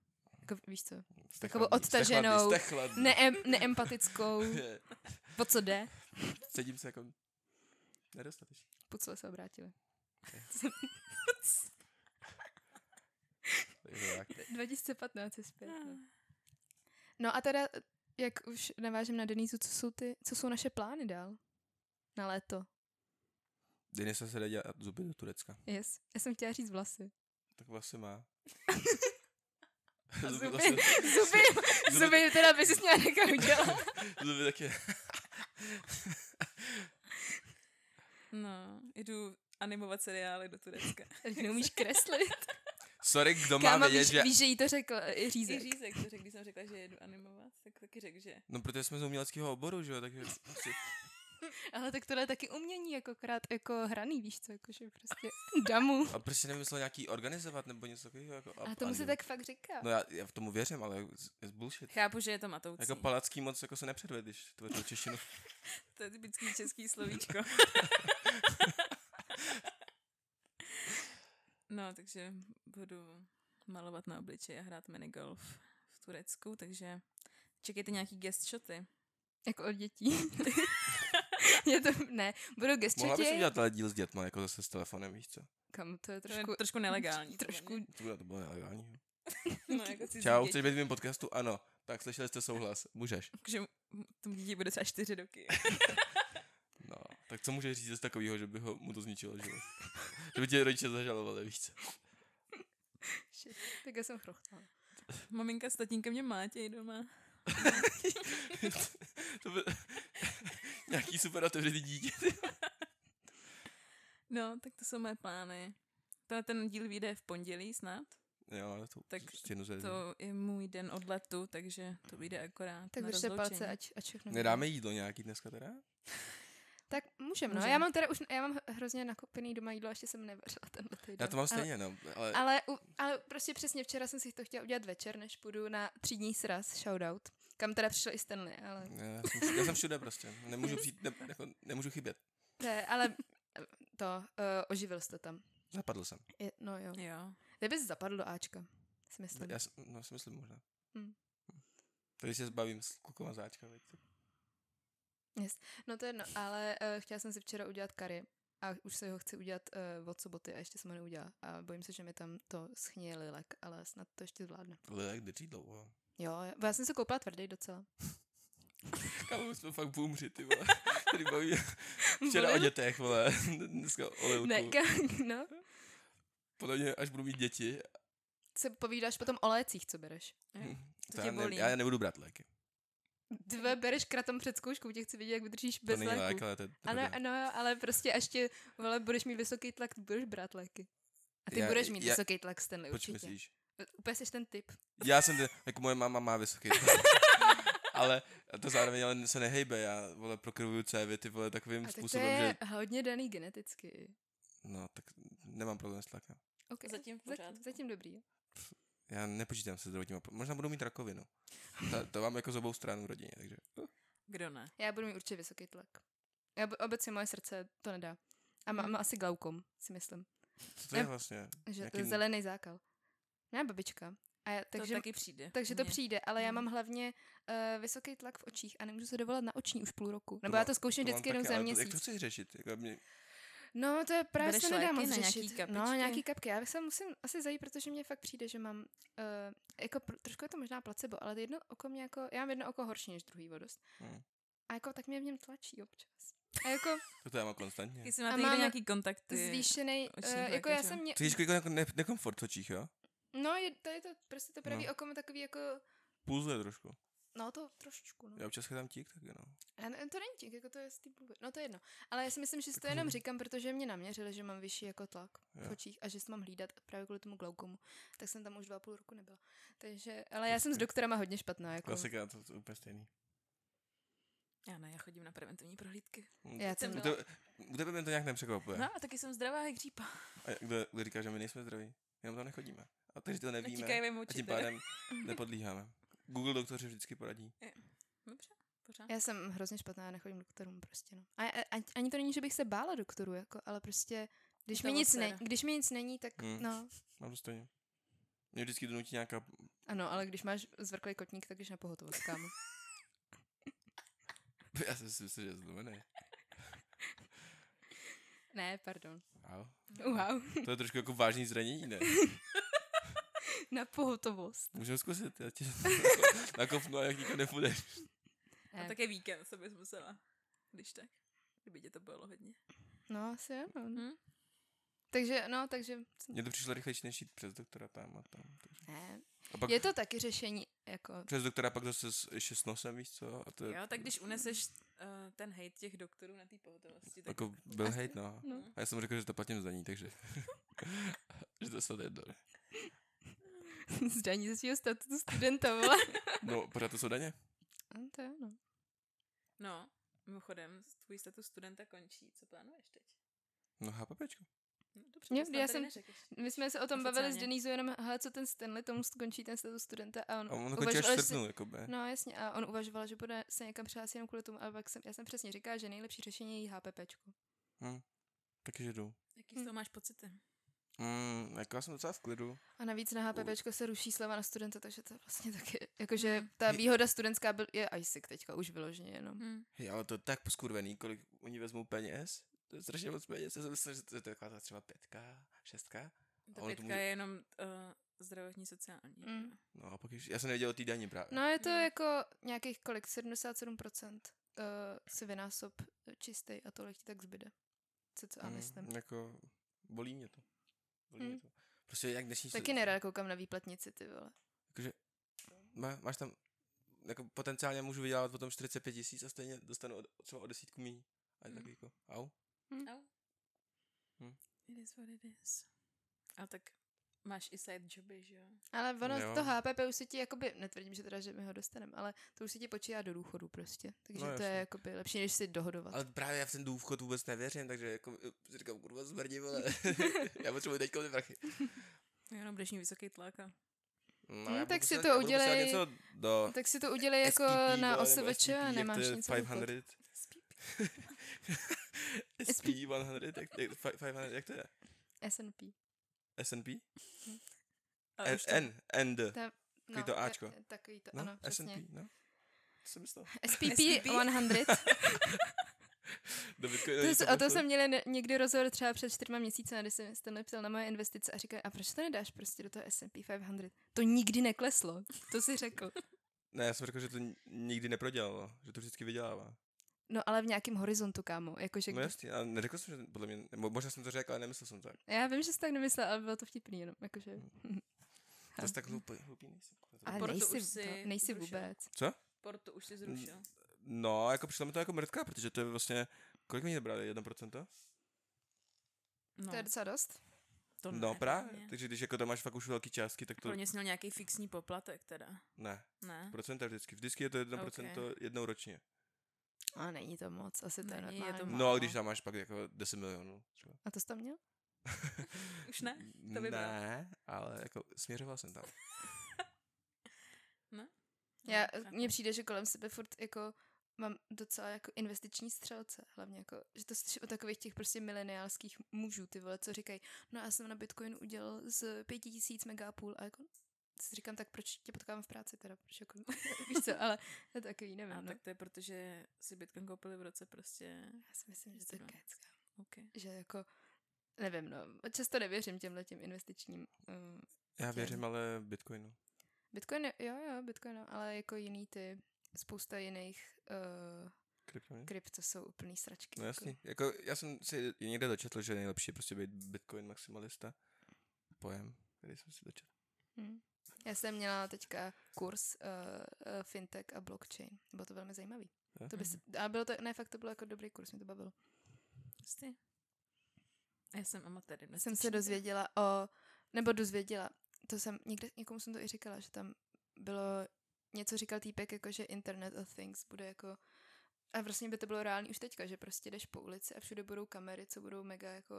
[SPEAKER 3] Jako, víš co?
[SPEAKER 1] Jste
[SPEAKER 3] Takovou
[SPEAKER 1] chladný, jste
[SPEAKER 3] odtaženou,
[SPEAKER 1] chladný, jste chladný.
[SPEAKER 3] Neem, neempatickou,
[SPEAKER 1] Je,
[SPEAKER 3] po co jde?
[SPEAKER 1] Cítím se jako nedostatečně.
[SPEAKER 3] Pucle se obrátili.
[SPEAKER 1] Je to tak.
[SPEAKER 3] 2015 je zpět.
[SPEAKER 2] Ah.
[SPEAKER 3] No. no a teda, jak už navážem na Denízu, co jsou, ty, co jsou naše plány dál? Na léto.
[SPEAKER 1] Denisa se jde dělat zuby do Turecka.
[SPEAKER 3] Yes. Já jsem chtěla říct vlasy.
[SPEAKER 1] Tak vlasy má.
[SPEAKER 3] A zuby,
[SPEAKER 1] zase-
[SPEAKER 3] zuby, zuby, teda by si měla nechat udělat.
[SPEAKER 1] zuby taky.
[SPEAKER 2] No, jdu animovat seriály do Turecka.
[SPEAKER 3] Teď neumíš kreslit.
[SPEAKER 1] Sorry, kdo má
[SPEAKER 3] Káma,
[SPEAKER 1] vědět,
[SPEAKER 3] víš,
[SPEAKER 1] že...
[SPEAKER 3] víš, že jí to řekl i
[SPEAKER 2] I
[SPEAKER 3] řízek.
[SPEAKER 2] řízek to řekl, když jsem řekla, že jedu animovat, tak taky řekl, že...
[SPEAKER 1] No, protože jsme z uměleckého oboru, že jo, takže... prostě-
[SPEAKER 3] Ale tak tohle je taky umění, jako krát, jako hraný, víš co, jakože prostě damu.
[SPEAKER 1] A proč si nemyslel nějaký organizovat nebo něco takového? Jako,
[SPEAKER 3] A tomu se
[SPEAKER 1] ani-
[SPEAKER 3] tak fakt říká.
[SPEAKER 1] No já, já v tomu věřím, ale je bullshit.
[SPEAKER 2] Chápu, že je to matoucí.
[SPEAKER 1] Jako palacký moc jako se nepředved, když tvořil češtinu.
[SPEAKER 2] To je typický český slovíčko. no, takže budu malovat na obličeji a hrát minigolf v Turecku, takže čekejte nějaký guest shoty.
[SPEAKER 3] Jako od dětí. je to, ne, budu
[SPEAKER 1] Mohla bys
[SPEAKER 3] gestřetě.
[SPEAKER 1] udělat ale díl s dětma, jako zase s telefonem, víš co?
[SPEAKER 3] Kam, to je
[SPEAKER 2] To je
[SPEAKER 3] trošku...
[SPEAKER 2] trošku nelegální. podle
[SPEAKER 3] Trošku,
[SPEAKER 2] mě.
[SPEAKER 1] To bylo, to bylo nelegální.
[SPEAKER 2] No, jako cizí
[SPEAKER 1] Čau,
[SPEAKER 2] děti.
[SPEAKER 1] chceš být v mém podcastu? Ano. Tak slyšeli jste souhlas. Můžeš.
[SPEAKER 2] Takže mu- tomu dítě bude třeba čtyři roky.
[SPEAKER 1] No, tak co můžeš říct z takového, že by ho, mu to zničilo život? že by tě rodiče zažalovali, víš co?
[SPEAKER 3] shit, tak já jsem chrochtala.
[SPEAKER 2] Maminka s tatínkem mě mátěj doma.
[SPEAKER 1] to by... Nějaký super otevřený dítě.
[SPEAKER 2] No, tak to jsou moje plány. Tenhle ten díl vyjde v pondělí snad.
[SPEAKER 1] jo, ale to prostě
[SPEAKER 2] Tak
[SPEAKER 1] stěnu zajde.
[SPEAKER 2] To je můj den odletu, takže to vyjde akorát
[SPEAKER 3] Tak
[SPEAKER 2] na
[SPEAKER 3] držte
[SPEAKER 2] rozloučení.
[SPEAKER 3] palce, ať, ať všechno bude.
[SPEAKER 1] Nedáme jídlo nějaký dneska teda?
[SPEAKER 3] Tak můžem, no.
[SPEAKER 2] Můžem.
[SPEAKER 3] Já mám teda už, já mám hrozně nakopený doma jídlo, ještě jsem nevařila tenhle týden.
[SPEAKER 1] Já to mám
[SPEAKER 3] Ale-
[SPEAKER 1] stejně, no. Ale,
[SPEAKER 3] Ale, u- ale prostě přesně včera jsem si to chtěla udělat večer, než půjdu na třídní sraz, shoutout, kam teda přišel i Stanley, ale,
[SPEAKER 1] Ne, Já, jsem, já jsem všude prostě. Nemůžu přijít, ne, jako, nemůžu chybět.
[SPEAKER 3] ne, ale to, uh, oživil jste tam.
[SPEAKER 1] Zapadl jsem.
[SPEAKER 3] Je, no jo.
[SPEAKER 2] Jo.
[SPEAKER 3] Kdyby jsi zapadl do Ačka, si myslím.
[SPEAKER 1] Já, s- no, si myslím možná.
[SPEAKER 3] Hm.
[SPEAKER 1] Tady se zbavím s klukama záčka, veď.
[SPEAKER 3] No to je jedno, ale uh, chtěla jsem si včera udělat kary a už se ho chci udělat uh, od soboty a ještě jsem ho neudělala. A bojím se, že mi tam to schněje lilek, ale snad to ještě zvládne.
[SPEAKER 1] Lilek drží dlouho.
[SPEAKER 3] Jo, jo, já jsem se koupila tvrdý docela.
[SPEAKER 1] Kámo, my jsme fakt boomři, ty vole. Tady baví. Včera o
[SPEAKER 3] Bolil?
[SPEAKER 1] dětech, vole. Dneska o lilku.
[SPEAKER 3] Mhm. Ne,
[SPEAKER 1] Ne,
[SPEAKER 3] ka- no.
[SPEAKER 1] Podle mě, až budu mít děti.
[SPEAKER 3] Se povídáš potom o lécích, co bereš.
[SPEAKER 2] To
[SPEAKER 1] já
[SPEAKER 2] tě
[SPEAKER 1] ne,
[SPEAKER 2] bolí.
[SPEAKER 1] já nebudu brát léky.
[SPEAKER 3] Dve bereš kratom před zkouškou, tě chci vidět, jak vydržíš
[SPEAKER 1] To
[SPEAKER 3] bez
[SPEAKER 1] není lék,
[SPEAKER 3] léku.
[SPEAKER 1] ale to je
[SPEAKER 3] Ano,
[SPEAKER 1] tvrdé.
[SPEAKER 3] ano, ale prostě až tě, vole, budeš mít vysoký tlak, budeš brát léky. A ty
[SPEAKER 1] Já-
[SPEAKER 3] budeš mít
[SPEAKER 1] já-
[SPEAKER 3] vysoký tlak, Stanley,
[SPEAKER 1] Proč
[SPEAKER 3] určitě.
[SPEAKER 1] myslíš?
[SPEAKER 3] Úplně jsi ten typ.
[SPEAKER 1] Já jsem, ten- jako moje máma má vysoký tlak. ale to zároveň ale se nehejbe, já vole prokrvuju cévy, ty vole takovým
[SPEAKER 3] A tak to
[SPEAKER 1] způsobem, že...
[SPEAKER 3] je hodně daný geneticky.
[SPEAKER 1] No, tak nemám problém s tlakem.
[SPEAKER 3] Okay.
[SPEAKER 2] Zatím v
[SPEAKER 3] zatím,
[SPEAKER 2] pořádku.
[SPEAKER 3] zatím dobrý. jo.
[SPEAKER 1] Já nepočítám se zdravotníma pro- Možná budu mít rakovinu. Ta, to mám jako z obou stran v rodině, takže
[SPEAKER 2] Kdo ne?
[SPEAKER 3] Já budu mít určitě vysoký tlak. Já, bu- obecně moje srdce to nedá. A má,
[SPEAKER 2] Hmm.
[SPEAKER 3] má asi glaukom, si myslím.
[SPEAKER 1] Co to je
[SPEAKER 3] Ne,
[SPEAKER 1] vlastně?
[SPEAKER 3] Že
[SPEAKER 1] Jaký
[SPEAKER 3] Jaký... zelený zákal. Ne, babička. A já,
[SPEAKER 2] Takže,
[SPEAKER 3] takže,
[SPEAKER 2] to taky přijde.
[SPEAKER 3] takže to
[SPEAKER 2] Mně.
[SPEAKER 3] přijde, ale já
[SPEAKER 2] Hmm.
[SPEAKER 3] mám hlavně uh, vysoký tlak v očích a nemůžu se dovolat na oční už půl roku. Nebo
[SPEAKER 1] má-
[SPEAKER 3] já to zkouším
[SPEAKER 1] mám
[SPEAKER 3] vždycky jenom
[SPEAKER 1] taky,
[SPEAKER 3] za
[SPEAKER 1] ale to- Jak
[SPEAKER 3] měsíc.
[SPEAKER 1] to chceš řešit? Jako mě,
[SPEAKER 3] No, to je právě
[SPEAKER 2] Bereš
[SPEAKER 3] se nedá
[SPEAKER 2] léky
[SPEAKER 3] moc
[SPEAKER 2] na nějaký
[SPEAKER 3] řešit.
[SPEAKER 2] kapičky?
[SPEAKER 3] No, nějaký kapky. Já se musím asi zajít, protože mě fakt přijde, že mám, uh, jako pr- trošku je to možná placebo, ale jedno oko mě jako, já mám jedno oko horší než druhý vodost.
[SPEAKER 1] Hmm.
[SPEAKER 3] A jako tak mě v něm tlačí občas. A jako
[SPEAKER 1] to já mám konstantně.
[SPEAKER 2] Taky
[SPEAKER 1] Ty
[SPEAKER 2] si máte
[SPEAKER 3] A
[SPEAKER 2] někde
[SPEAKER 3] mám
[SPEAKER 2] nějaký kontakty.
[SPEAKER 3] zvýšený,
[SPEAKER 2] oční
[SPEAKER 3] uh,
[SPEAKER 2] tlak,
[SPEAKER 3] jako já
[SPEAKER 2] že?
[SPEAKER 3] jsem mě,
[SPEAKER 1] jsi jako jako ne, nekomfort v očích, jo?
[SPEAKER 3] no, je, to je to, prostě to pravý
[SPEAKER 1] No.
[SPEAKER 3] no. oko má takový jako,
[SPEAKER 1] Pulzuje trošku.
[SPEAKER 3] no to trošičku, no.
[SPEAKER 1] Já občas chytám tík taky, no.
[SPEAKER 3] A ne, to není tik, jako to je z té bulvy. No to je jedno. Ale já si myslím, že si to
[SPEAKER 1] Tak
[SPEAKER 3] jenom
[SPEAKER 1] rozumím.
[SPEAKER 3] říkám, protože mě naměřili, že mám vyšší jako tlak v
[SPEAKER 1] Jo.
[SPEAKER 3] očích a že se mám hlídat právě kvůli tomu glaukomu. Tak jsem tam už dva a půl roku nebyla. Takže, ale já jsem s
[SPEAKER 1] Jasně.
[SPEAKER 3] doktorama hodně špatná. Jako.
[SPEAKER 1] Klasika, to, to je úplně stejný.
[SPEAKER 2] Já ne, já chodím na preventivní prohlídky.
[SPEAKER 1] Hm,
[SPEAKER 3] Já
[SPEAKER 1] to-
[SPEAKER 3] jsem
[SPEAKER 1] u,
[SPEAKER 2] byla-
[SPEAKER 1] tebe, u tebe mě to nějak nepřekvapuje.
[SPEAKER 2] No a taky jsem zdravá jak řípa.
[SPEAKER 1] A jak- kdo, kdo říká, že my nejsme zdraví? Jenom tam nechodíme. A takže to nevíme.
[SPEAKER 2] Netíkají mi
[SPEAKER 1] a
[SPEAKER 2] oči.
[SPEAKER 1] tím
[SPEAKER 2] teda.
[SPEAKER 1] pádem nepodlíháme. Google doktoři vždycky poradí.
[SPEAKER 2] Dobře, pořád.
[SPEAKER 3] Já jsem hrozně špatná, já nechodím k doktorům prostě. No. A, a, ani- ani to není, že bych se bála doktorů, jako, ale prostě, když
[SPEAKER 2] Je to
[SPEAKER 3] mi, nic
[SPEAKER 2] atmosféra.
[SPEAKER 3] ne, když mi nic není, tak
[SPEAKER 1] Hmm.
[SPEAKER 3] hmm. no.
[SPEAKER 1] Mám to stejně. Mě vždycky donutí nějaká...
[SPEAKER 3] Ano, ale když máš zvrklý kotník, tak jdeš na pohotovost, kámo.
[SPEAKER 1] Já jsem si myslel, že je zlomený.
[SPEAKER 3] ne, pardon.
[SPEAKER 1] Au.
[SPEAKER 3] Wow,
[SPEAKER 1] To je trošku jako vážný zranění, ne?
[SPEAKER 3] na pohotovost.
[SPEAKER 1] Můžeme zkusit, já tě nakopnu a jak nikdo nepůjde.
[SPEAKER 2] A
[SPEAKER 3] Eh,
[SPEAKER 2] také víkend se bys musela, když tak. Kdyby tě to bylo hodně.
[SPEAKER 3] No, asi ano.
[SPEAKER 2] Hmm?
[SPEAKER 3] Takže, no, takže...
[SPEAKER 1] Mně to přišlo rychlejší, než jít přes doktora tam a tam. takže-
[SPEAKER 3] Ne.
[SPEAKER 1] A pak
[SPEAKER 3] Je to taky řešení, jako...
[SPEAKER 1] přes doktora pak zase s, ještě s nosem, víš co? A to je
[SPEAKER 2] Jo, tak když uneseš uh, ten hejt těch doktorů na té pohotovosti, tak...
[SPEAKER 1] jako byl hejt, no.
[SPEAKER 3] No.
[SPEAKER 1] A já jsem řekl, že to platím za ní, takže... že to snad jedno. ne?
[SPEAKER 3] Zdaní ze svého statutu studenta, vole.
[SPEAKER 1] No, pořád to jsou daně.
[SPEAKER 3] no, to jo, no.
[SPEAKER 2] No, mimochodem, tvůj status studenta končí. Co plánuješ teď?
[SPEAKER 1] No, HPPčko.
[SPEAKER 2] No, dobře,
[SPEAKER 3] Jo,
[SPEAKER 2] to jsi nám
[SPEAKER 3] já
[SPEAKER 2] tady
[SPEAKER 3] jsem-
[SPEAKER 2] neřekl ještě.
[SPEAKER 3] My jsme se o tom bavili s
[SPEAKER 2] Oficiálně.
[SPEAKER 3] Denízou jenom, hele, co ten Stanley, tomu skončí ten status studenta a on,
[SPEAKER 1] A on končí až
[SPEAKER 3] uvažoval,
[SPEAKER 1] v
[SPEAKER 3] že se-
[SPEAKER 1] srpnu, jako by.
[SPEAKER 3] No jasně, a on uvažoval, že bude se někam přihlásit jenom kvůli tomu, ale pak jsem, já jsem přesně říkala, že nejlepší řešení je HPPčko.
[SPEAKER 1] Taky, že jdu.
[SPEAKER 2] Jaký
[SPEAKER 3] Hm.
[SPEAKER 2] z toho máš pocity?
[SPEAKER 1] Mm, jako já jsem docela v klidu.
[SPEAKER 3] A navíc na HPPčko se ruší sleva na studenta, takže to je vlastně taky, jakože
[SPEAKER 2] Mhm.
[SPEAKER 3] ta výhoda studentská byl, je ISIC teďka už vyloženě jenom.
[SPEAKER 2] Hm.
[SPEAKER 1] Hej, ale to je tak poskurvený, kolik oni vezmou peněz. To je strašně moc peněz. Já jsem myslel, že to je taková ta třeba pětka, šestka.
[SPEAKER 2] Ta
[SPEAKER 1] ono to
[SPEAKER 2] pětka
[SPEAKER 1] může-
[SPEAKER 2] je jenom uh, zdravotní sociální.
[SPEAKER 3] Mm.
[SPEAKER 2] Mm.
[SPEAKER 1] No a pak ještě, já jsem nevěděl o té daní právě.
[SPEAKER 3] No je to
[SPEAKER 2] Mhm.
[SPEAKER 3] jako nějakých kolik, 77% uh, si vynásob čistý a tolik ti tak zbyde. Co co a myslím.
[SPEAKER 1] Jako, bolí mě to. Bolí mě
[SPEAKER 3] Mm.
[SPEAKER 1] to. Prostě jak dnešní...
[SPEAKER 3] Taky nerad koukám na výplatnici, ty vole.
[SPEAKER 1] Takže má, máš tam, jako potenciálně můžu vydělávat potom 45 tisíc a stejně dostanu od, třeba o desítku míň. A je
[SPEAKER 2] Mm.
[SPEAKER 3] Hmm.
[SPEAKER 1] taky jako, au.
[SPEAKER 2] Au.
[SPEAKER 1] Hm.
[SPEAKER 2] It is what it is. A tak máš i side joby, že jo?
[SPEAKER 3] Ale ono,
[SPEAKER 1] Jo.
[SPEAKER 3] jo. to HPP už se ti, jakoby, netvrdím, že teda, že my ho dostaneme, ale to už se ti počítá do důchodu prostě. Takže
[SPEAKER 1] No,
[SPEAKER 3] no, to
[SPEAKER 1] jasně.
[SPEAKER 3] je jakoby lepší, než si dohodovat.
[SPEAKER 1] Ale právě já v ten důvchod vůbec nevěřím, takže jako eh, si říkám, kurva smrdí, vole. já potřebuji teďka ty prachy.
[SPEAKER 2] Jenom budeš mít vysoký tlak a
[SPEAKER 1] No,
[SPEAKER 3] Hm,
[SPEAKER 1] já budu
[SPEAKER 3] tak si
[SPEAKER 1] posílat-
[SPEAKER 3] to
[SPEAKER 1] já budu posílat
[SPEAKER 3] udělej-
[SPEAKER 1] něco do
[SPEAKER 3] Tak si to udělej jako
[SPEAKER 1] SPP, vole,
[SPEAKER 3] na
[SPEAKER 1] nebo
[SPEAKER 3] OSVČ
[SPEAKER 1] SPP,
[SPEAKER 3] a
[SPEAKER 1] jak
[SPEAKER 3] nemáš
[SPEAKER 1] to je
[SPEAKER 3] nic. jako-
[SPEAKER 1] 500. SP 100, jak, jak, 500, jak to je?
[SPEAKER 3] SNP.
[SPEAKER 1] S&P?
[SPEAKER 3] No,
[SPEAKER 2] Ale už to-
[SPEAKER 1] E- N, N, D.
[SPEAKER 3] To-
[SPEAKER 1] Takový to Ačko.
[SPEAKER 3] ta- No, eh, Takový to, ano,
[SPEAKER 1] No,
[SPEAKER 3] přesně.
[SPEAKER 1] S&P, no. To jsem myslel.
[SPEAKER 3] SPP
[SPEAKER 2] SPP.
[SPEAKER 3] 100.
[SPEAKER 1] Do
[SPEAKER 3] To
[SPEAKER 1] Bitcoinu
[SPEAKER 3] s- o to jsem měla ne- někdy rozhovor třeba před čtyřma měsíci, když jsem Stanley ptal na moje investice a říkal, a proč to nedáš prostě do toho S&P 500? To nikdy nekleslo, to si řekl.
[SPEAKER 1] Ne, já jsem řekl, že to ni- nikdy neprodělalo, že to vždycky vydělává.
[SPEAKER 3] No ale v nějakém horizontu, kámo. Jakože,
[SPEAKER 1] No
[SPEAKER 3] no,
[SPEAKER 1] jasně, ale neřekl jsem, že podle mě, nebo možná jsem to řekl, ale nemyslel jsem tak.
[SPEAKER 3] já vím, že jsi tak nemyslela, ale bylo to vtipný jenom. Jakože,
[SPEAKER 1] Mm. Zase tak hloupý, hloupý nejsem.
[SPEAKER 3] ale
[SPEAKER 2] Portu
[SPEAKER 3] nejsi,
[SPEAKER 2] už si
[SPEAKER 3] to, nejsi
[SPEAKER 2] zrušil.
[SPEAKER 3] vůbec.
[SPEAKER 1] Co?
[SPEAKER 2] Portu už si zrušil.
[SPEAKER 1] No, jako přišlo mi to jako mrtka, protože to je vlastně, kolik mi nebrali, 1%?
[SPEAKER 2] No,
[SPEAKER 3] To je docela dost.
[SPEAKER 2] to
[SPEAKER 1] no právě,
[SPEAKER 2] podle mě.
[SPEAKER 1] takže když jako tam máš fakt už velký částky, tak to
[SPEAKER 2] Pro ně jsi měl nějaký fixní poplatek teda,
[SPEAKER 1] ne,
[SPEAKER 2] ne?
[SPEAKER 1] procenta vždycky, vždycky je to 1% jednou ročně.
[SPEAKER 3] A No, není to moc, asi to je
[SPEAKER 2] Není, je to
[SPEAKER 3] normální.
[SPEAKER 2] málo.
[SPEAKER 1] No a když tam máš pak jako 10 milionů třeba.
[SPEAKER 3] A to jsi tam měl?
[SPEAKER 2] Už ne? To by bylo.
[SPEAKER 1] ne, ale jako směřoval jsem tam.
[SPEAKER 2] No,
[SPEAKER 3] Já,
[SPEAKER 2] chápu. No,
[SPEAKER 3] No, eh, mně přijde, že kolem sebe furt jako mám docela jako investiční střelce, hlavně jako, že to slyším od takových těch prostě mileniálských mužů, ty vole, co říkají, no já jsem na Bitcoinu udělal z pěti tisíc mega půl a jako si říkám, tak proč tě potkávám v práci teda, proč jako, víš co, ale to je takový, nevím,
[SPEAKER 2] A
[SPEAKER 3] no.
[SPEAKER 2] tak to je proto, že si Bitcoin koupili v roce prostě...
[SPEAKER 3] Já si myslím, že to
[SPEAKER 2] Ty vole.
[SPEAKER 3] kecka.
[SPEAKER 2] OK.
[SPEAKER 3] Že jako, nevím, no, často nevěřím těmhle těm investičním. Um,
[SPEAKER 1] Já věřím, ale Bitcoinu.
[SPEAKER 3] Bitcoin, je- jo, jo, Bitcoin, no, ale jako jiný ty, spousta jiných uh,
[SPEAKER 1] Kryptoměn.
[SPEAKER 3] krypto jsou úplný sračky.
[SPEAKER 1] No
[SPEAKER 3] jako.
[SPEAKER 1] jasně. Jako, já jsem si někde dočetl, že nejlepší je prostě být Bitcoin maximalista. Pojem, který jsem si dočetl.
[SPEAKER 3] Hm. Já jsem měla teďka kurz uh, uh, fintech a blockchain. Bylo to velmi zajímavý.
[SPEAKER 1] Jo?
[SPEAKER 3] To by se, a bylo to, ne, fakt to bylo jako dobrý kurz, mě to bavilo.
[SPEAKER 2] Prostě. Já jsem amatér.
[SPEAKER 3] Jsem
[SPEAKER 2] investiční,
[SPEAKER 3] se
[SPEAKER 2] ty.
[SPEAKER 3] dozvěděla o, nebo dozvěděla, to jsem, někde, někomu jsem to i říkala, že tam bylo, něco říkal týpek, jako že Internet of Things bude jako, a vlastně by to bylo reálný už teďka, že prostě jdeš po ulici a všude budou kamery, co budou mega jako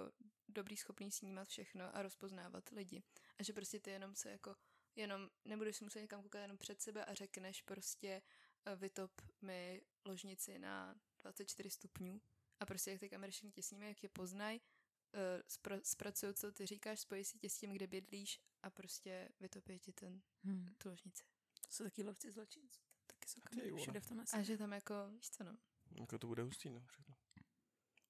[SPEAKER 3] dobrý, schopný snímat všechno a rozpoznávat lidi. A že prostě ty jenom se jako, jenom nebudeš si muset někam koukat jenom před sebe a řekneš prostě eh, vytop mi ložnici na 24 stupňů a prostě jak ty kamery všichni tě snímají, jak je poznají, eh, spro- zpracují, co ty říkáš, spojí si tě s tím, kde bydlíš a prostě vytopí ti ten,
[SPEAKER 2] Hm.
[SPEAKER 3] tu ložnici.
[SPEAKER 2] Jsou taky lovci zločinců. Taky jsou
[SPEAKER 1] Ty
[SPEAKER 2] kamery
[SPEAKER 1] vole.
[SPEAKER 2] všude v tom asi.
[SPEAKER 3] A že tam jako, víš co no,
[SPEAKER 1] Jako to bude hustý, no. Všechno.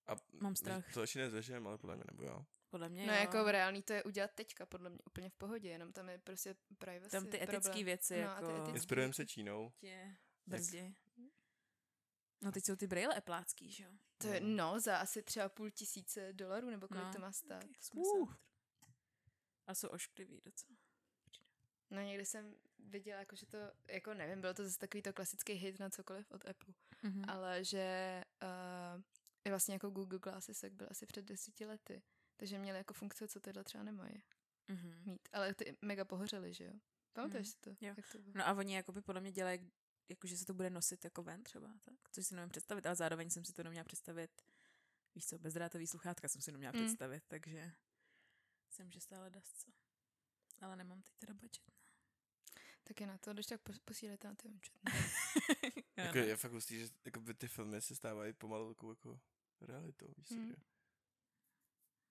[SPEAKER 1] A
[SPEAKER 2] Mám strach.
[SPEAKER 1] To ještě nezveřejím, ale podle mě nebo jo.
[SPEAKER 2] Podle mě
[SPEAKER 3] no
[SPEAKER 2] jo.
[SPEAKER 3] jako reálný to je udělat teďka, podle mě úplně v pohodě, jenom tam je prostě privacy
[SPEAKER 2] Tam ty etické
[SPEAKER 3] problém.
[SPEAKER 2] věci
[SPEAKER 3] No a ty
[SPEAKER 2] jako...
[SPEAKER 3] etický-
[SPEAKER 1] Inspirujeme se Čínou.
[SPEAKER 2] Tě brzdí. prostě No teď jsou ty brýle eplácký, že jo?
[SPEAKER 3] To je, no, za asi třeba půl tisíce dolarů, nebo kolik
[SPEAKER 2] No.
[SPEAKER 3] to má stát.
[SPEAKER 2] Uh. A jsou ošklivý docela.
[SPEAKER 3] No někde jsem viděla, jako, že to, jako nevím, bylo to zase takový to klasický hit na cokoliv od Apple,
[SPEAKER 2] Mhm.
[SPEAKER 3] ale že uh, je vlastně jako Google Glasses, jak byl asi před desíti lety, takže měli jako funkce, co tyhle třeba nemají
[SPEAKER 2] Mhm.
[SPEAKER 3] mít. Ale ty mega pohořely, že jo? Pamatuješ
[SPEAKER 2] Mhm.
[SPEAKER 3] si to?
[SPEAKER 2] Jo.
[SPEAKER 3] Jak to bylo?
[SPEAKER 2] No a oni jakoby podle mě dělají, jako že se to bude nosit jako ven třeba, tak? což si nemůžu představit, ale zároveň jsem si to neměla představit, víš co, bezdrátový sluchátka jsem si neměla
[SPEAKER 3] Mm.
[SPEAKER 2] mm. představit, takže jsem, že stále dasce. Ale nemám teď teda budget.
[SPEAKER 3] Tak je na to, když tak pos- posílejte na ty účet.
[SPEAKER 1] Jako je fakt hustý, že jako by ty filmy se stávají pomalu takovou jako realitou, víš co,
[SPEAKER 3] Mm.
[SPEAKER 2] Hmm.
[SPEAKER 1] že?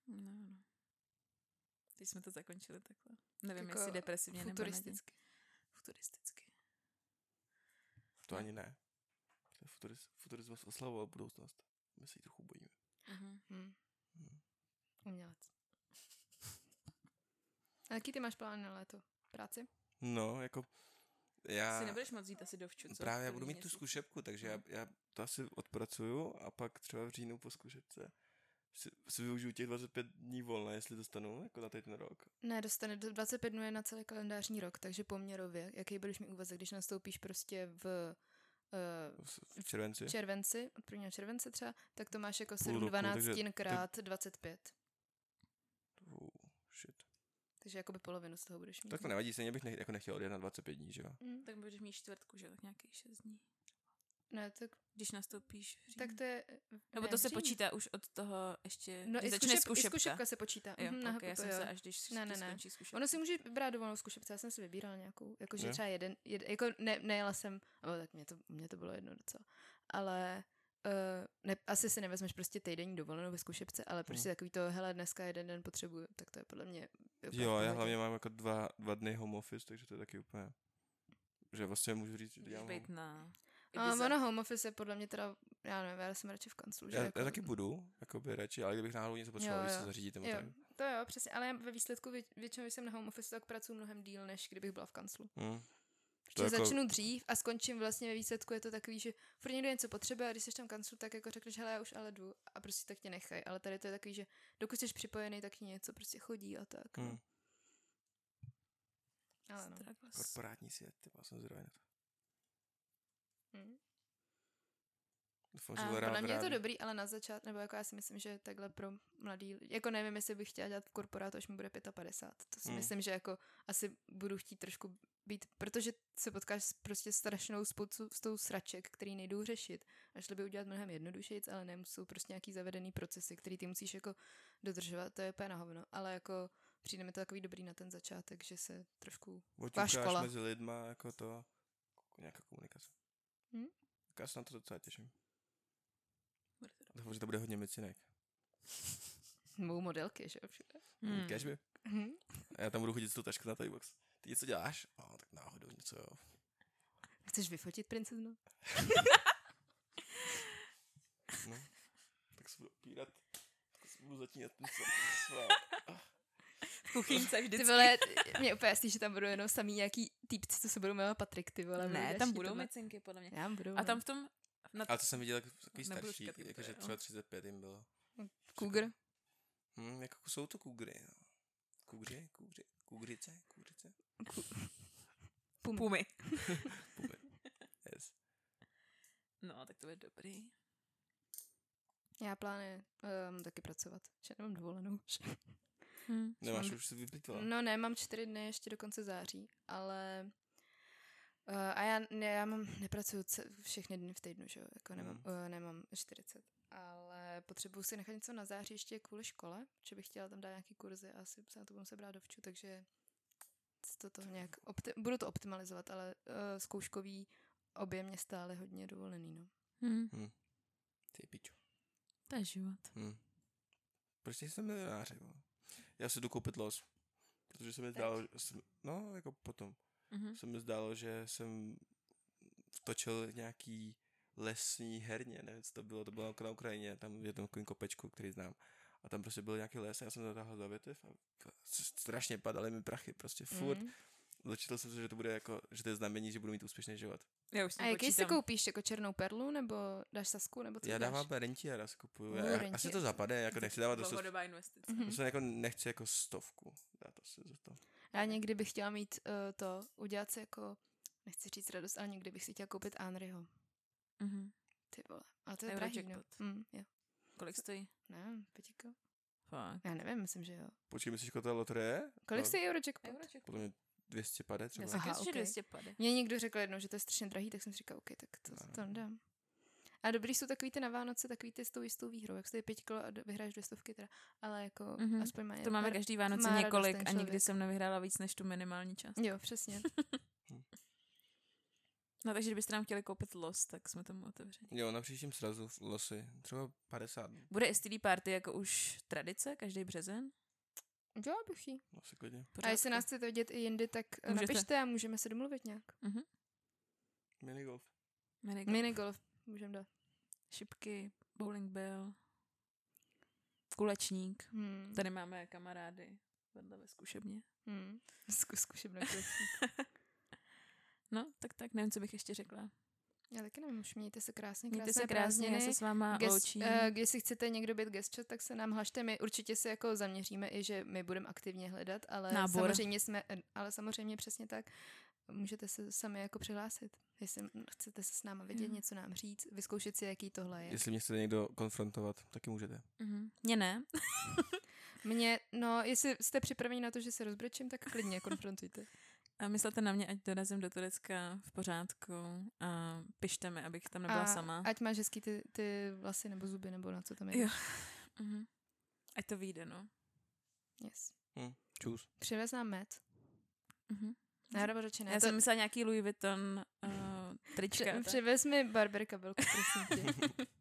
[SPEAKER 2] No, no. Teď jsme to zakončili takhle. Nevím,
[SPEAKER 3] Jako
[SPEAKER 2] jako jestli depresivně nebo nadějně.
[SPEAKER 3] Futuristicky.
[SPEAKER 2] Futuristicky.
[SPEAKER 1] To ani ne. To je Futuris, futurismus oslavoval budoucnost. My se jí trochu bojíme.
[SPEAKER 2] Mhm.
[SPEAKER 3] Hmm.
[SPEAKER 1] Mhm.
[SPEAKER 3] Umělec. A jaký ty máš plány na léto? Práci?
[SPEAKER 1] No, jako
[SPEAKER 2] Asi
[SPEAKER 1] já
[SPEAKER 2] nebudeš moc jít asi do vču, co?
[SPEAKER 1] právě já budu
[SPEAKER 2] První
[SPEAKER 1] mít tu
[SPEAKER 2] měsíc.
[SPEAKER 1] zkušebku, takže já,
[SPEAKER 2] No.
[SPEAKER 1] já to asi odpracuju a pak třeba v říjnu po zkušebce si, si využiju těch 25 dní volna, jestli dostanu, jako na teď ten rok.
[SPEAKER 3] Ne, dostane do 25 dnů je na celý kalendářní rok, takže poměrově. Jaký budeš mít úvazek, když nastoupíš prostě v eh,
[SPEAKER 1] V, v červenci.
[SPEAKER 3] v červenci, od 1. července třeba, tak to máš jako
[SPEAKER 1] roku,
[SPEAKER 3] 7 dvanáctin
[SPEAKER 1] takže ty-
[SPEAKER 3] krát 25.
[SPEAKER 1] Oh, shit.
[SPEAKER 3] Takže jakoby polovinu z toho budeš mít.
[SPEAKER 1] Tak to nevadí, stejně bych nech, jako nechtěl odjet na 25 dní, že jo?
[SPEAKER 3] Mm,
[SPEAKER 2] Tak budeš mít čtvrtku, že jo, tak nějakých šest dní.
[SPEAKER 3] ne, tak,
[SPEAKER 2] Když nastoupíš v
[SPEAKER 3] tak
[SPEAKER 2] říjnu.
[SPEAKER 3] to je...
[SPEAKER 2] Nebo
[SPEAKER 3] ne,
[SPEAKER 2] to
[SPEAKER 3] v
[SPEAKER 2] se
[SPEAKER 3] říjnu.
[SPEAKER 2] počítá už od toho ještě,
[SPEAKER 3] No
[SPEAKER 2] no,
[SPEAKER 3] i
[SPEAKER 2] když začne
[SPEAKER 3] zkušebka, i
[SPEAKER 2] zkušebka.
[SPEAKER 3] zkušebka se počítá.
[SPEAKER 2] Jo,
[SPEAKER 3] Mhm,
[SPEAKER 2] mm,
[SPEAKER 3] na
[SPEAKER 2] okay, já
[SPEAKER 3] HPP,
[SPEAKER 2] jsem
[SPEAKER 3] jo.
[SPEAKER 2] se až když
[SPEAKER 3] Ne,
[SPEAKER 2] ne,
[SPEAKER 3] ne,
[SPEAKER 2] ne,
[SPEAKER 3] ne.
[SPEAKER 2] skončí zkušebka.
[SPEAKER 3] Ono si může brát dovolenou zkušebce, já jsem si vybírala nějakou, jakože
[SPEAKER 1] Jo.
[SPEAKER 3] třeba jeden, jed, jako ne, nejela jsem, ale tak mě to, mě to bylo jedno docela, ale uh, ne, asi si nevezmeš prostě týdenní dovolenou ve zkušebce, ale prostě
[SPEAKER 1] Hmm.
[SPEAKER 3] takový to, hele, dneska jeden den potřebuju, tak to je podle mě úplně v
[SPEAKER 1] Jo, já
[SPEAKER 3] pohodě.
[SPEAKER 1] hlavně mám jako dva, dva dny home office, takže to je taky úplně... Že vlastně můžu říct, že
[SPEAKER 2] Můžeš
[SPEAKER 1] dělám
[SPEAKER 2] být
[SPEAKER 1] home.
[SPEAKER 2] na...
[SPEAKER 3] A
[SPEAKER 2] Ibize.
[SPEAKER 3] ono home office je podle mě teda, já nevím, já jsem radši v kanclu, že
[SPEAKER 1] Já,
[SPEAKER 3] jako,
[SPEAKER 1] já, taky budu, jako by radši, ale kdybych náhodou něco potřeboval, víš,
[SPEAKER 3] jo.
[SPEAKER 1] co zařídit nebo
[SPEAKER 3] Jo.
[SPEAKER 1] tak.
[SPEAKER 3] To jo, přesně, ale já ve výsledku vě, většinou, když jsem na home office, tak pracuji mnohem díl, než kdybych byla v kanclu.
[SPEAKER 1] Mm.
[SPEAKER 3] Že jako...
[SPEAKER 1] jako-
[SPEAKER 3] začnu dřív a skončím vlastně ve výsledku, je to takový, že furt někdo něco potřebuje a když jsi tam kanclu, tak jako řekneš, hele, já už ale jdu a prostě tak tě nechaj. Ale tady to je takový, že dokud jsi připojený, tak ti něco prostě chodí a tak.
[SPEAKER 1] Mm.
[SPEAKER 3] Mm.
[SPEAKER 2] prostě
[SPEAKER 3] Ale no.
[SPEAKER 2] Stragos.
[SPEAKER 1] Korporátní svět, ty vole, jsem zrovna na to.
[SPEAKER 3] Mm.
[SPEAKER 1] Doufám, že
[SPEAKER 3] A
[SPEAKER 1] Lorá
[SPEAKER 3] podle mě je to
[SPEAKER 1] vrátí.
[SPEAKER 3] dobrý, ale na začátku, nebo jako já si myslím, že takhle pro mladý, jako nevím, jestli bych chtěla dělat v korporátu, až mi bude 55. To si
[SPEAKER 1] Mm.
[SPEAKER 3] mm. myslím, že jako asi budu chtít trošku být, protože se potkáš s prostě strašnou spoustu s tou sraček, který nejdou řešit. A šli by udělat mnohem jednodušeji, ale nemusou prostě nějaký zavedený procesy, který ty musíš jako dodržovat, to je úplně na hovno. Ale jako přijde mi to takový dobrý na ten začátek, že se trošku
[SPEAKER 1] Oťukáš
[SPEAKER 3] škola.
[SPEAKER 1] mezi lidma, jako to, jako nějaká komunikace.
[SPEAKER 3] Hm?
[SPEAKER 1] Jako tak já se na to docela těším.
[SPEAKER 2] Bude to dobré.
[SPEAKER 1] Doufám, že to bude hodně micinek.
[SPEAKER 3] Mou modelky, že jo, všude.
[SPEAKER 1] Hmm.
[SPEAKER 2] Hmm.
[SPEAKER 1] by?
[SPEAKER 3] Mhm.
[SPEAKER 1] A já tam budu chodit s tou taškou na Toybox. Ty něco děláš? No, tak náhodou něco, jo.
[SPEAKER 3] Chceš vyfotit princeznu?
[SPEAKER 1] No. Tak se budu opírat. Tak se budu zatínat něco.
[SPEAKER 2] V kuchyňce vždycky.
[SPEAKER 3] Ty vole, mě úplně jasný, že tam budou jenom samý nějaký týpci, co se budou jmenovat Patrik, ty vole.
[SPEAKER 2] ne,
[SPEAKER 3] vůbec,
[SPEAKER 2] tam
[SPEAKER 3] že
[SPEAKER 2] budou
[SPEAKER 3] tohle-
[SPEAKER 2] micinky, podle mě.
[SPEAKER 3] Tam budou.
[SPEAKER 2] A tam v tom, na
[SPEAKER 1] Ale to jsem viděl jako takový
[SPEAKER 2] Nebudu
[SPEAKER 1] starší,
[SPEAKER 2] říkat, kdo to
[SPEAKER 1] jakože
[SPEAKER 2] je, no.
[SPEAKER 1] třeba 35 jim bylo.
[SPEAKER 3] Kugr.
[SPEAKER 1] Hm, jako jsou to kugry, no. Kugři, kugři, kugřice, kugřice.
[SPEAKER 2] pumy.
[SPEAKER 1] Yes.
[SPEAKER 2] No, tak to bude dobrý.
[SPEAKER 3] Já plánuji um, taky pracovat, že nemám dovolenou. už.
[SPEAKER 2] Hmm.
[SPEAKER 1] Nemáš,
[SPEAKER 3] Mám-
[SPEAKER 1] už se vyplýtvala.
[SPEAKER 3] No ne, mám čtyři dny ještě do konce září, ale... Uh, a já, ne, já mám, nepracuju ce- všechny dny v týdnu, že jo, jako nemám,
[SPEAKER 1] Mm.
[SPEAKER 3] uh, nemám 40. Ale potřebuju si nechat něco na září ještě kvůli škole, že bych chtěla tam dát nějaký kurzy a asi se na to budu se brát dovču, takže si to toho nějak opti- budu to optimalizovat, ale uh, zkouškový objem mě stále hodně dovolený, no.
[SPEAKER 2] Hmm.
[SPEAKER 1] Ty pičo.
[SPEAKER 2] To je život.
[SPEAKER 1] Hm. Proč nejsem milionář? Jako? Já si jdu koupit los. Protože se mi zdálo, že jsem, no jako potom,
[SPEAKER 2] Mhm.
[SPEAKER 1] se mi zdálo, že jsem točil nějaký lesní herně, nevím, co to bylo, to bylo na Ukrajině, tam je tam takový kopečku, který znám. A tam prostě byl nějaký les a já jsem zatáhl za větev a strašně padaly mi prachy, prostě furt. Mm.
[SPEAKER 3] Mm.
[SPEAKER 1] Dočetl jsem se, že to bude jako, že to je znamení, že budu mít úspěšný život.
[SPEAKER 2] Já už s tím
[SPEAKER 3] A jaký si
[SPEAKER 2] počítám.
[SPEAKER 3] koupíš, jako černou perlu, nebo dáš sasku, nebo co
[SPEAKER 1] Já
[SPEAKER 3] dáš?
[SPEAKER 1] dávám rentier, já si kupuju.
[SPEAKER 3] Uh,
[SPEAKER 1] Já, asi
[SPEAKER 3] rentier.
[SPEAKER 1] to zapadne, jako nechci dávat dost.
[SPEAKER 2] Dlouhodobá investice.
[SPEAKER 3] Mhm.
[SPEAKER 1] Prostě jako nechci jako stovku dát asi za to.
[SPEAKER 3] Já někdy bych chtěla mít uh, to, udělat si jako, nechci říct radost, ale někdy bych si chtěla koupit Anryho.
[SPEAKER 2] Mhm.
[SPEAKER 3] Ty vole. A to je
[SPEAKER 2] Euro
[SPEAKER 3] drahý, no.
[SPEAKER 2] jackpot.
[SPEAKER 3] Mm, jo.
[SPEAKER 2] Kolik stojí?
[SPEAKER 3] Ne, pětiko.
[SPEAKER 2] Fakt.
[SPEAKER 3] Já nevím, myslím, že jo.
[SPEAKER 1] Počkej, myslíš, jako ta loterie?
[SPEAKER 3] Kolik
[SPEAKER 1] No,
[SPEAKER 3] stojí Eurojackpot? Euro?
[SPEAKER 2] Euroček.
[SPEAKER 1] Podle mě 200 pade třeba.
[SPEAKER 2] Já
[SPEAKER 3] Aha,
[SPEAKER 2] jsem myslím, že
[SPEAKER 3] okej.
[SPEAKER 2] 200 pade.
[SPEAKER 3] Mně někdo řekl jednou, že to je strašně drahý, tak jsem si říkal, OK, tak to,
[SPEAKER 1] Ano.
[SPEAKER 2] No.
[SPEAKER 3] to tam dám. A dobrý jsou takový ty na Vánoce, takový ty s tou jistou výhrou, jak stojí pět kilo a do- vyhráš dvě stovky teda, ale jako
[SPEAKER 2] Mhm.
[SPEAKER 3] mm-hmm. aspoň má
[SPEAKER 2] To máme každý Vánoce
[SPEAKER 3] má radost
[SPEAKER 2] několik
[SPEAKER 3] ten
[SPEAKER 2] a nikdy
[SPEAKER 3] člověk.
[SPEAKER 2] jsem nevyhrála víc než tu minimální část.
[SPEAKER 3] Jo, přesně.
[SPEAKER 2] No takže kdybyste nám chtěli koupit los, tak jsme tomu otevřeni.
[SPEAKER 1] Jo, na příštím srazu v losy. Třeba 50.
[SPEAKER 2] Bude STD party jako už tradice, každý březen?
[SPEAKER 3] Dělala bych jí.
[SPEAKER 1] No Asi klidně.
[SPEAKER 3] A jestli nás chcete vidět i jindy, tak eh,
[SPEAKER 2] Můžete.
[SPEAKER 3] napište a můžeme se domluvit nějak.
[SPEAKER 1] Minigolf.
[SPEAKER 2] Amerika,
[SPEAKER 3] Minigolf můžeme dát.
[SPEAKER 2] šipky, bowling bell, kulečník.
[SPEAKER 3] Hmm.
[SPEAKER 2] Tady máme kamarády vedle ve zkušebně.
[SPEAKER 3] Hmm. Zku, zkuším na
[SPEAKER 2] No, tak tak, nevím, co bych ještě řekla.
[SPEAKER 3] Já taky nevím, už mějte se krásně, krásné
[SPEAKER 2] Mějte se krásně, já se s váma
[SPEAKER 3] Ges,
[SPEAKER 2] loučím.
[SPEAKER 3] uh, jestli chcete někdo být guest tak se nám hlašte. My určitě se jako zaměříme i, že my budeme aktivně hledat, ale
[SPEAKER 2] Nábor.
[SPEAKER 3] samozřejmě jsme, eh, ale samozřejmě přesně tak. Můžete se sami jako přihlásit, jestli m- chcete se s náma vidět,
[SPEAKER 2] Jo.
[SPEAKER 3] něco nám říct, vyzkoušet si, jaký tohle je.
[SPEAKER 1] Jestli mě chcete někdo konfrontovat, taky můžete.
[SPEAKER 2] Mhm. Mně ne.
[SPEAKER 3] Mě, no, jestli jste připraveni na to, že se rozbrečím, tak klidně konfrontujte.
[SPEAKER 2] A myslete na mě, ať dorazím do Turecka v pořádku a pište mi, abych tam nebyla
[SPEAKER 3] a,
[SPEAKER 2] sama.
[SPEAKER 3] Ať máš hezký ty, ty vlasy nebo zuby, nebo na co tam je.
[SPEAKER 2] Jo. Mhm. Ať to vyjde, no.
[SPEAKER 3] Yes.
[SPEAKER 1] Čus.
[SPEAKER 3] Přivez nám med.
[SPEAKER 2] Mhm.
[SPEAKER 3] Ne, nebo radši ne.
[SPEAKER 2] Já
[SPEAKER 3] to-
[SPEAKER 2] jsem myslela nějaký Louis Vuitton uh, trička.
[SPEAKER 3] Pře-
[SPEAKER 2] tak.
[SPEAKER 3] přivez mi barber kabelku, prosím tě.